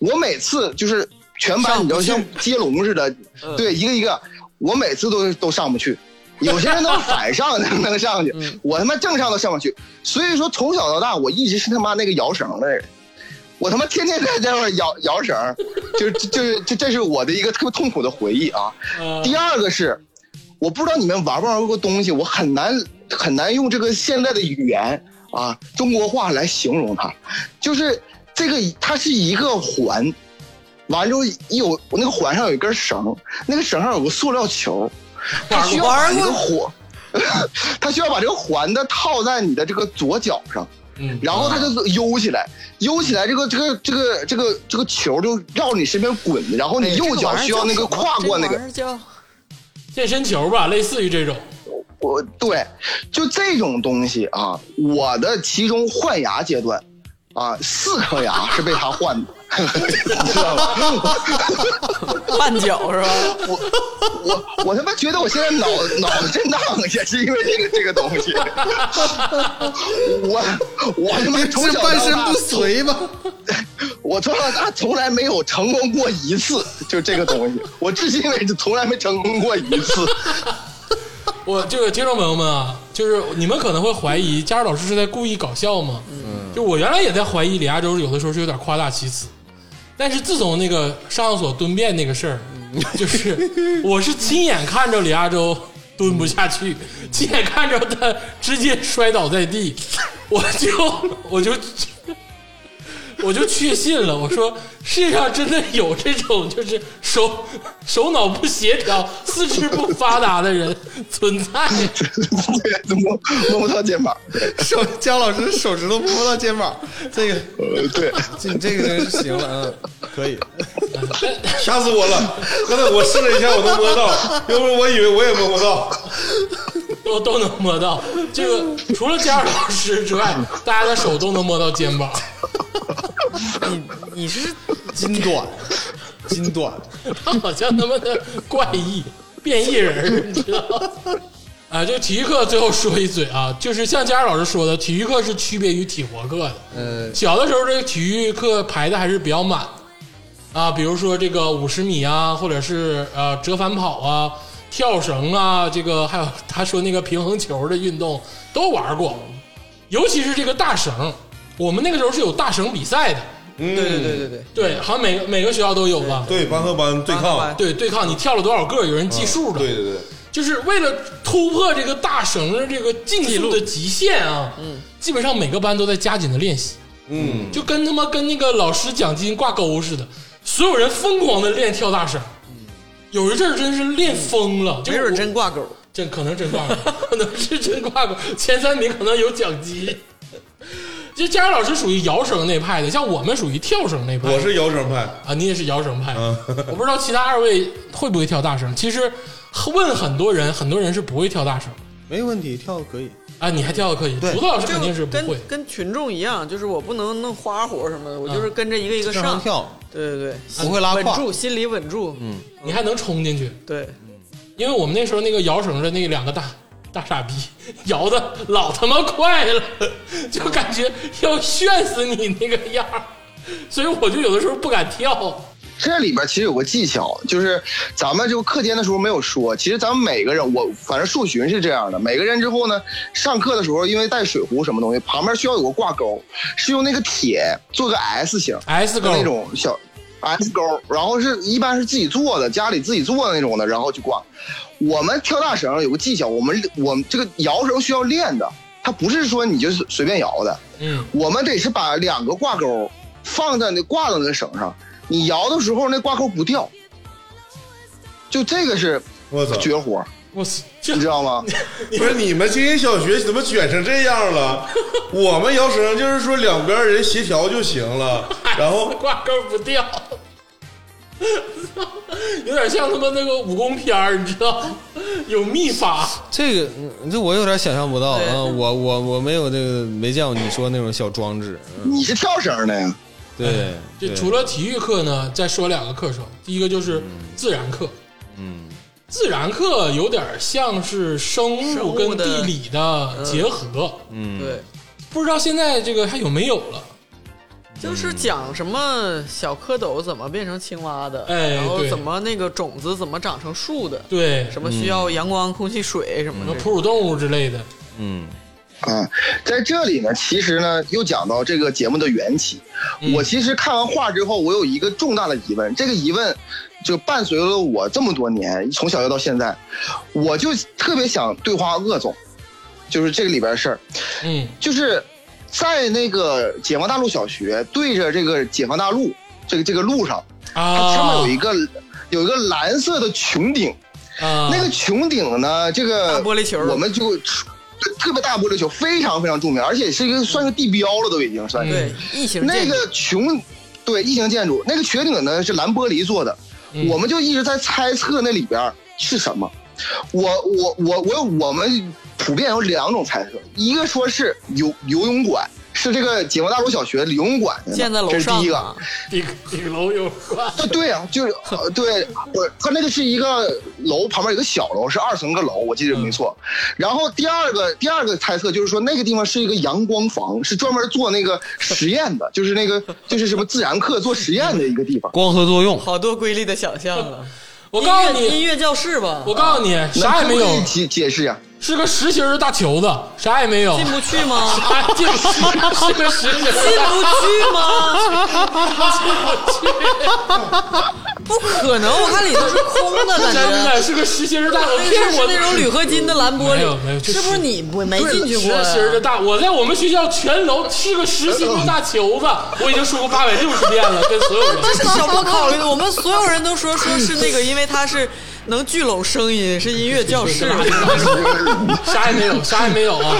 Speaker 6: 我每次就是全班，
Speaker 4: 上
Speaker 6: 你知道
Speaker 4: 不去
Speaker 6: 像接龙似的，
Speaker 4: 嗯
Speaker 6: 对，一个一个，我每次都都上不去。有些人能反上能能上去，我他妈正上都上不去。所以说从小到大，我一直是他妈那个摇绳的人。我他妈天天在这块摇摇绳儿，就就就这是我的一个特别痛苦的回忆啊。
Speaker 2: 呃，
Speaker 6: 第二个是，我不知道你们玩不玩过东西，我很难很难用这个现在的语言啊中国话来形容它，就是这个它是一个环，完之后有那个环上有一根绳，那个绳上有个塑料球，它需要把
Speaker 4: 玩
Speaker 6: 这
Speaker 4: 过
Speaker 6: 个火，它需要把这个环的套在你的这个左脚上。
Speaker 2: 嗯
Speaker 6: 然后它就悠起来，悠起来，这个这个这个这个这个球就绕你身边滚，然后你
Speaker 4: 哎
Speaker 6: 右
Speaker 4: 这玩
Speaker 6: 脚
Speaker 4: 意儿
Speaker 6: 需要
Speaker 4: 叫
Speaker 6: 那
Speaker 4: 什
Speaker 6: 个
Speaker 4: 么
Speaker 6: 跨过那
Speaker 4: 这
Speaker 6: 个
Speaker 4: 玩意，儿叫
Speaker 2: 健身球吧，类似于这种，
Speaker 6: 我对，就这种东西啊，我的其中换牙阶段啊，四颗牙是被他换的， 你知道吗？
Speaker 4: 绊脚是吧？
Speaker 6: 我我我他妈觉得我现在脑脑子震荡也是因为这个这个东西， 我我他妈
Speaker 3: 这
Speaker 6: 从小
Speaker 3: 半
Speaker 6: 到
Speaker 3: 身
Speaker 6: 大
Speaker 3: 不遂吧？
Speaker 6: 我从小到大从来没有成功过一次，就这个东西，我至今为止从来没成功过一次。
Speaker 2: 我这个听众朋友们啊，就是你们可能会怀疑佳茹老师是在故意搞笑吗？就我原来也在怀疑李亚洲有的时候是有点夸大其词，但是自从那个上所蹲便那个事儿，就是我是亲眼看着李亚洲蹲不下去，亲眼看着他直接摔倒在地，我就我就我就确信了，我说世界上真的有这种就是手手脑不协调、四肢不发达的人存在。
Speaker 6: 对，摸摸不到肩膀，
Speaker 3: 手姜老师手指头摸不到肩膀，这个
Speaker 6: 呃，对，
Speaker 3: 这这个真是行了，嗯，可以。
Speaker 8: 吓死我了！刚才我试了一下，我能摸到，要不然我以为我也摸不到。
Speaker 2: 都都能摸到。这个除了家长老师之外，大家的手都能摸到肩膀。
Speaker 4: 你你是
Speaker 3: 金 短，金短，
Speaker 2: 他好像他妈的怪异 变异人儿，你知道吗？ 啊，就体育课最后说一嘴啊，就是像家长老师说的，体育课是区别于体活课的。
Speaker 3: 呃，
Speaker 2: 小的时候这个体育课排的还是比较满的啊，比如说这个五十米啊，或者是呃折返跑啊、跳绳啊，这个还有他说那个平衡球的运动都玩过，尤其是这个大绳，我们那个时候是有大绳比赛的，
Speaker 8: 嗯，
Speaker 4: 对对对对对，
Speaker 2: 对，好像每个每个学校都有吧？
Speaker 8: 对，班和班对
Speaker 4: 班和
Speaker 8: 抗
Speaker 4: 班，
Speaker 2: 对，对抗你跳了多少个，有人计
Speaker 4: 嗯
Speaker 2: 数的，
Speaker 8: 对对对，
Speaker 2: 就是为了突破这个大绳的这个竞速的极限啊，嗯，基本上每个班都在加紧的练习。
Speaker 8: 嗯，
Speaker 2: 就跟他妈跟那个老师奖金挂钩似的，所有人疯狂的练跳大绳，有一阵儿真是练疯了，就
Speaker 4: 没
Speaker 2: 是
Speaker 4: 准
Speaker 2: 我
Speaker 4: 真挂钩。
Speaker 2: 真可能真挂 钩，可能是真挂钩，前三名可能有奖金。就佳老师属于摇绳那派的，像我们属于跳绳那派的。
Speaker 8: 嗯我是摇绳派，
Speaker 2: 啊，你也是摇绳派，
Speaker 6: 嗯
Speaker 2: 我不知道其他二位会不会跳大绳。其实问很多人，很多人是不会跳大绳
Speaker 3: 没问题，跳可以。
Speaker 2: 啊，你还跳的可以，
Speaker 3: 对
Speaker 2: 竹子老师
Speaker 4: 就
Speaker 2: 肯定是不会
Speaker 4: 跟。跟群众一样，就是我不能弄花活什么的，我
Speaker 2: 啊
Speaker 4: 就是跟着一个一个
Speaker 3: 正常
Speaker 4: 上。
Speaker 3: 跳，
Speaker 4: 对对
Speaker 2: 嗯
Speaker 4: 对，
Speaker 3: 不会拉
Speaker 4: 稳
Speaker 3: 胯。
Speaker 4: 住，心里稳住。嗯，
Speaker 2: 你还能冲进去，
Speaker 4: 对，
Speaker 2: 因为我们那时候那个摇绳的那两个大大傻逼摇的老他妈快了，就感觉要炫死你那个样儿，所以我就有的时候不敢跳。
Speaker 6: 这里边其实有个技巧，就是咱们就课间的时候没有说，其实咱们每个人，我反正数巡是这样的，每个人之后呢，上课的时候因为带水壶什么东西，旁边需要有个挂钩，是用那个铁做个 S 型
Speaker 2: S
Speaker 6: 就
Speaker 2: 勾
Speaker 6: 那种小 S 钩，然后是一般是自己做的，家里自己做的那种的，然后去挂。我们跳大绳有个技巧，我们我们这个摇绳需要练的，它不是说你就是随便摇的，
Speaker 2: 嗯，
Speaker 6: 我们得是把两个挂钩放在那挂到那个绳上，你摇的时候那挂钩不掉，就这个是
Speaker 8: 我操！
Speaker 6: 绝活，
Speaker 2: 我操，这
Speaker 6: 你知道吗？
Speaker 8: 不是你们精英小学怎么卷成这样了？我们摇绳就是说两边人协调就行了，然后
Speaker 2: 挂钩不掉， 有点像他妈那个武功片儿，你知道，有秘法。
Speaker 3: 这个嗯这我有点想象不到啊，
Speaker 4: 对
Speaker 3: 嗯我我我没有这个没见过你说那种小装置，嗯
Speaker 6: 你是跳绳的呀？
Speaker 3: 对，
Speaker 2: 哎这
Speaker 3: 对
Speaker 2: 除了体育课呢，再说两个课程，第一个就是自然课，
Speaker 3: 嗯
Speaker 2: 自然课有点像是生
Speaker 4: 生
Speaker 2: 物
Speaker 4: 物
Speaker 2: 跟
Speaker 4: 的
Speaker 2: 地理的结合，
Speaker 3: 嗯
Speaker 4: 对，
Speaker 2: 不知道现在这个还有没有了？
Speaker 4: 就是讲什么小蝌蚪怎么变成青蛙的，
Speaker 2: 哎
Speaker 4: 然后
Speaker 2: 对
Speaker 4: 怎么那个种子怎么长成树的，
Speaker 2: 对，什
Speaker 4: 什么需要阳光、空气、水什么
Speaker 2: 么
Speaker 4: 的。
Speaker 2: 哺乳动物之类的，
Speaker 3: 嗯，
Speaker 6: 啊，在这里呢，其实呢又讲到这个节目的缘起。我其实看完画之后，我有一个重大的疑问，这个疑问就伴随了我这么多年，从小学到现在，我就特别想对话鄂总，就是这个里边的事儿。
Speaker 2: 嗯
Speaker 6: 就是在那个解放大路小学对着这个解放大路这个这个路上，它
Speaker 2: 啊，
Speaker 6: 上面有一个、有一个蓝色的穹顶，
Speaker 2: 啊，
Speaker 6: 那个穹顶呢，这个
Speaker 4: 大玻璃球
Speaker 6: 我们就特别大玻璃球，非常非常著名，而且是一个算是地标了，都已经算
Speaker 2: 嗯
Speaker 4: 嗯
Speaker 6: 是、
Speaker 4: 对，异形
Speaker 6: 那
Speaker 4: 建筑
Speaker 6: 个穹。对，异形建筑那个穹顶呢是蓝玻璃做的，
Speaker 2: 嗯
Speaker 6: 我们就一直在猜测那里边儿是什么。我我我我我们普遍有两种猜测，一个说是游游泳馆，是这个景华大楼小学理工馆的，
Speaker 4: 建在楼
Speaker 6: 这是
Speaker 4: 上
Speaker 6: 第一个
Speaker 4: 嘛。
Speaker 2: 顶顶楼有关。
Speaker 6: 啊，对啊，就是呃对，我它那个是一个楼，旁边有个小楼，是二层个楼，我记得没错。然后第二个第二个猜测就是说，那个地方是一个阳光房，是专门做那个实验的，就是那个就是什么自然课做实验的一个地方。
Speaker 3: 光合作用，
Speaker 4: 好多瑰丽的想象啊！
Speaker 2: 我告诉
Speaker 4: 音乐音
Speaker 2: 你，
Speaker 4: 乐教室吧，
Speaker 2: 我告诉你，啥也没
Speaker 6: 能不
Speaker 2: 有
Speaker 6: 能，解解释呀、
Speaker 2: 是个实心儿大球子，啥也没有。
Speaker 4: 进不去 吗？
Speaker 2: 哎进不去，是个实心
Speaker 4: 进
Speaker 2: 儿
Speaker 4: 不去吗？ 不可能，我看里头是空的
Speaker 2: 大，
Speaker 4: 感
Speaker 2: 真
Speaker 4: 觉。
Speaker 2: 的是个实心儿大的，
Speaker 4: 那
Speaker 2: 骗
Speaker 4: 是
Speaker 2: 我
Speaker 4: 那种铝合金的蓝玻
Speaker 2: 没有没有
Speaker 4: 璃，
Speaker 2: 就是
Speaker 4: 不是你我没进去过啊
Speaker 2: 实心儿的
Speaker 4: 呀？
Speaker 2: 大，我在我们学校全楼是个实心的大球子，我已经说过八百六十遍了，跟所有人。
Speaker 4: 这是小波考虑的，我们所有人都说说是那个，因为它是能聚拢声音，是音 乐教室。
Speaker 2: 啥也没有，啥也没有 啊！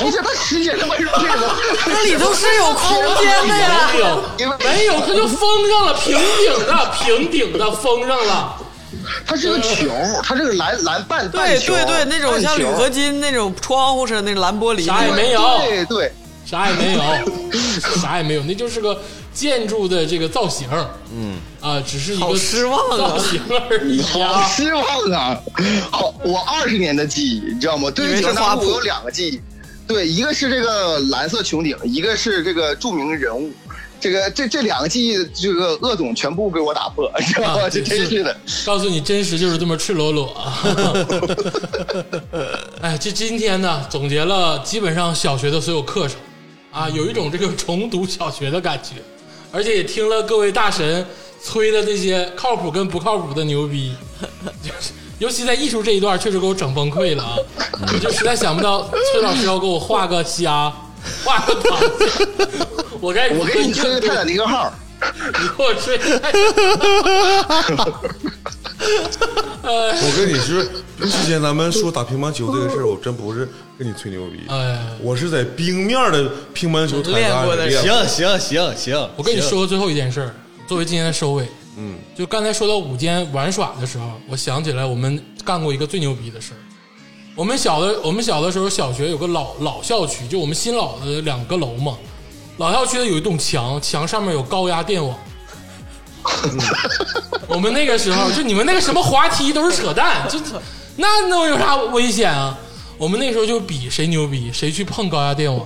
Speaker 6: 不是，他实验他妈是这个，
Speaker 4: 那里头是有空间的呀
Speaker 2: 没。有，
Speaker 6: 因为
Speaker 2: 没有，它就封上了，平顶的，平顶的封上了。
Speaker 6: 它是个球，它是个蓝蓝半半
Speaker 4: 对
Speaker 6: 球，
Speaker 4: 对对，那种
Speaker 6: 半
Speaker 4: 像铝
Speaker 6: 球
Speaker 4: 合金那种窗户似的那蓝玻璃，
Speaker 2: 啥也哎没有
Speaker 6: 对对，
Speaker 2: 啥也没有， 啥也没有，那就是个建筑的这个造型，嗯啊，只是一
Speaker 4: 好
Speaker 2: 个
Speaker 4: 失望啊
Speaker 2: 造型而已
Speaker 6: 好
Speaker 2: 啊。
Speaker 6: 失望啊！好，我二十年的记忆，你知道吗？对
Speaker 4: 以为
Speaker 6: 于
Speaker 4: 是
Speaker 6: 景大
Speaker 4: 花
Speaker 6: 陆，
Speaker 4: 圃
Speaker 6: 我有两个记忆，对，一个是这个蓝色穹顶，一个是这个著名人物。这个这这两个记忆，这个鄂总全部 给我打破，你知道吗？
Speaker 2: 啊
Speaker 6: 这真是的，
Speaker 2: 告诉你，真实就是这么赤裸裸啊！ 哎，这今天呢，总结了基本上小学的所有课程啊，有一种这个重读小学的感觉，而且也听了各位大神吹的这些靠谱跟不靠谱的牛逼，就是尤其在艺术这一段，确实给我整崩溃了啊！我就实在想不到崔老师要给我画个虾，画个螃蟹， 我该如
Speaker 6: 我
Speaker 2: 何
Speaker 6: 给你吹
Speaker 2: 应
Speaker 6: 个
Speaker 2: 对
Speaker 6: 泰坦尼克号，
Speaker 2: 你给我吹。
Speaker 8: 我跟你说，之前咱们说打乒乓球这个事儿，我真不是跟你吹牛逼，
Speaker 2: 哎
Speaker 8: 我是在冰面的乒乓球台
Speaker 4: 练
Speaker 8: 上
Speaker 4: 过的
Speaker 8: 练。
Speaker 3: 行行行行，
Speaker 2: 我跟你
Speaker 3: 行，
Speaker 2: 说最后一件事儿，作为今天的收尾，嗯，就刚才说到午间玩耍的时候，我想起来我们干过一个最牛逼的事儿。我们小的我们小的时候，小学有个老老校区，就我们新老的两个楼嘛。老校区的有一栋墙，墙上面有高压电网。我们那个时候，就你们那个什么滑梯都是扯淡，就那能有啥危险啊？我们那时候就比谁牛逼，谁去碰高压电网，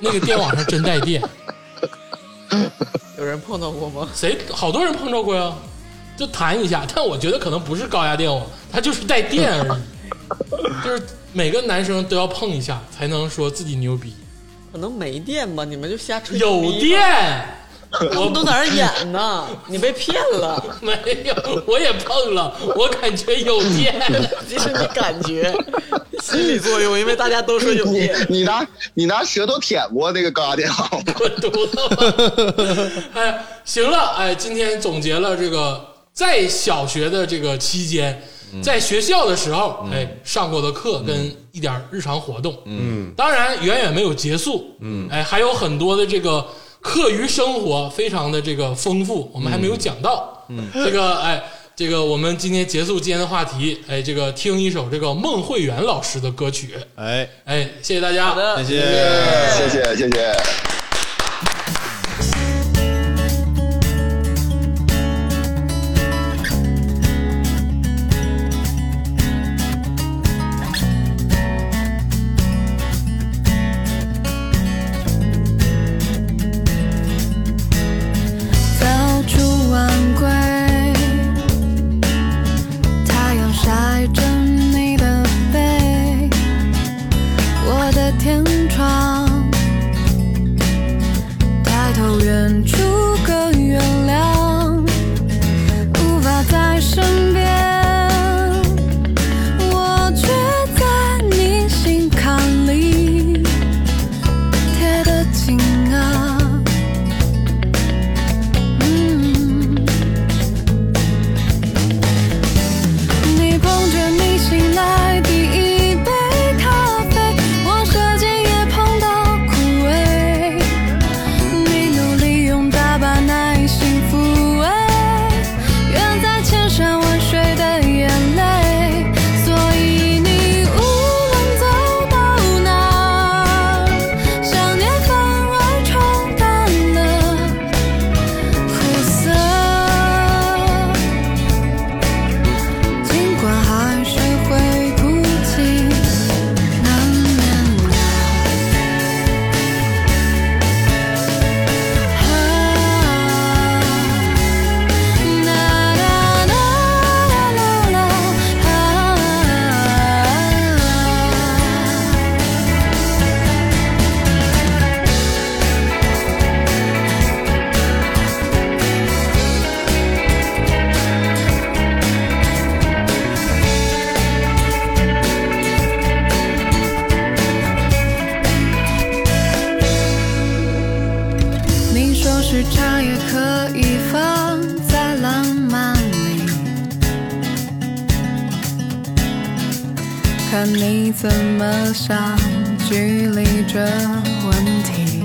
Speaker 2: 那个电网上真带电。
Speaker 4: 有人碰到过吗？
Speaker 2: 谁好多人碰着过呀，就弹一下，但我觉得可能不是高压电网，它就是带电而已，就是每个男生都要碰一下才能说自己牛逼。
Speaker 4: 可能没电吧，你们就瞎吹。
Speaker 2: 有，电
Speaker 4: 他们都在那儿演呢，你被骗了，
Speaker 2: 没有？我也碰了，我感觉有电。
Speaker 4: 这是你感觉心理作用，因为大家都说 有
Speaker 6: 你
Speaker 4: 电。
Speaker 6: 你拿你拿舌头舔过那个高压电话吗？
Speaker 2: 我犊子吧！哎，行了，哎，今天总结了这个在小学的这个期间，在学校的时候，哎，上过的课跟一点日常活动，嗯，当然远远没有结束，嗯，哎，还有很多的这个课余生活非常的这个丰富，我们还没有讲到，嗯，这个哎。这个我们今天结束今天的话题，哎，这个听一首这个孟慧圆老师的歌曲，
Speaker 3: 哎，
Speaker 2: 哎，谢谢大家。
Speaker 4: 好的
Speaker 3: 谢，谢。
Speaker 4: 哎
Speaker 6: 谢谢谢谢。
Speaker 9: 早出晚归，太阳晒着你的背，我的天窗啊看你怎么想，距离这问题。啊啊嗯啊嗯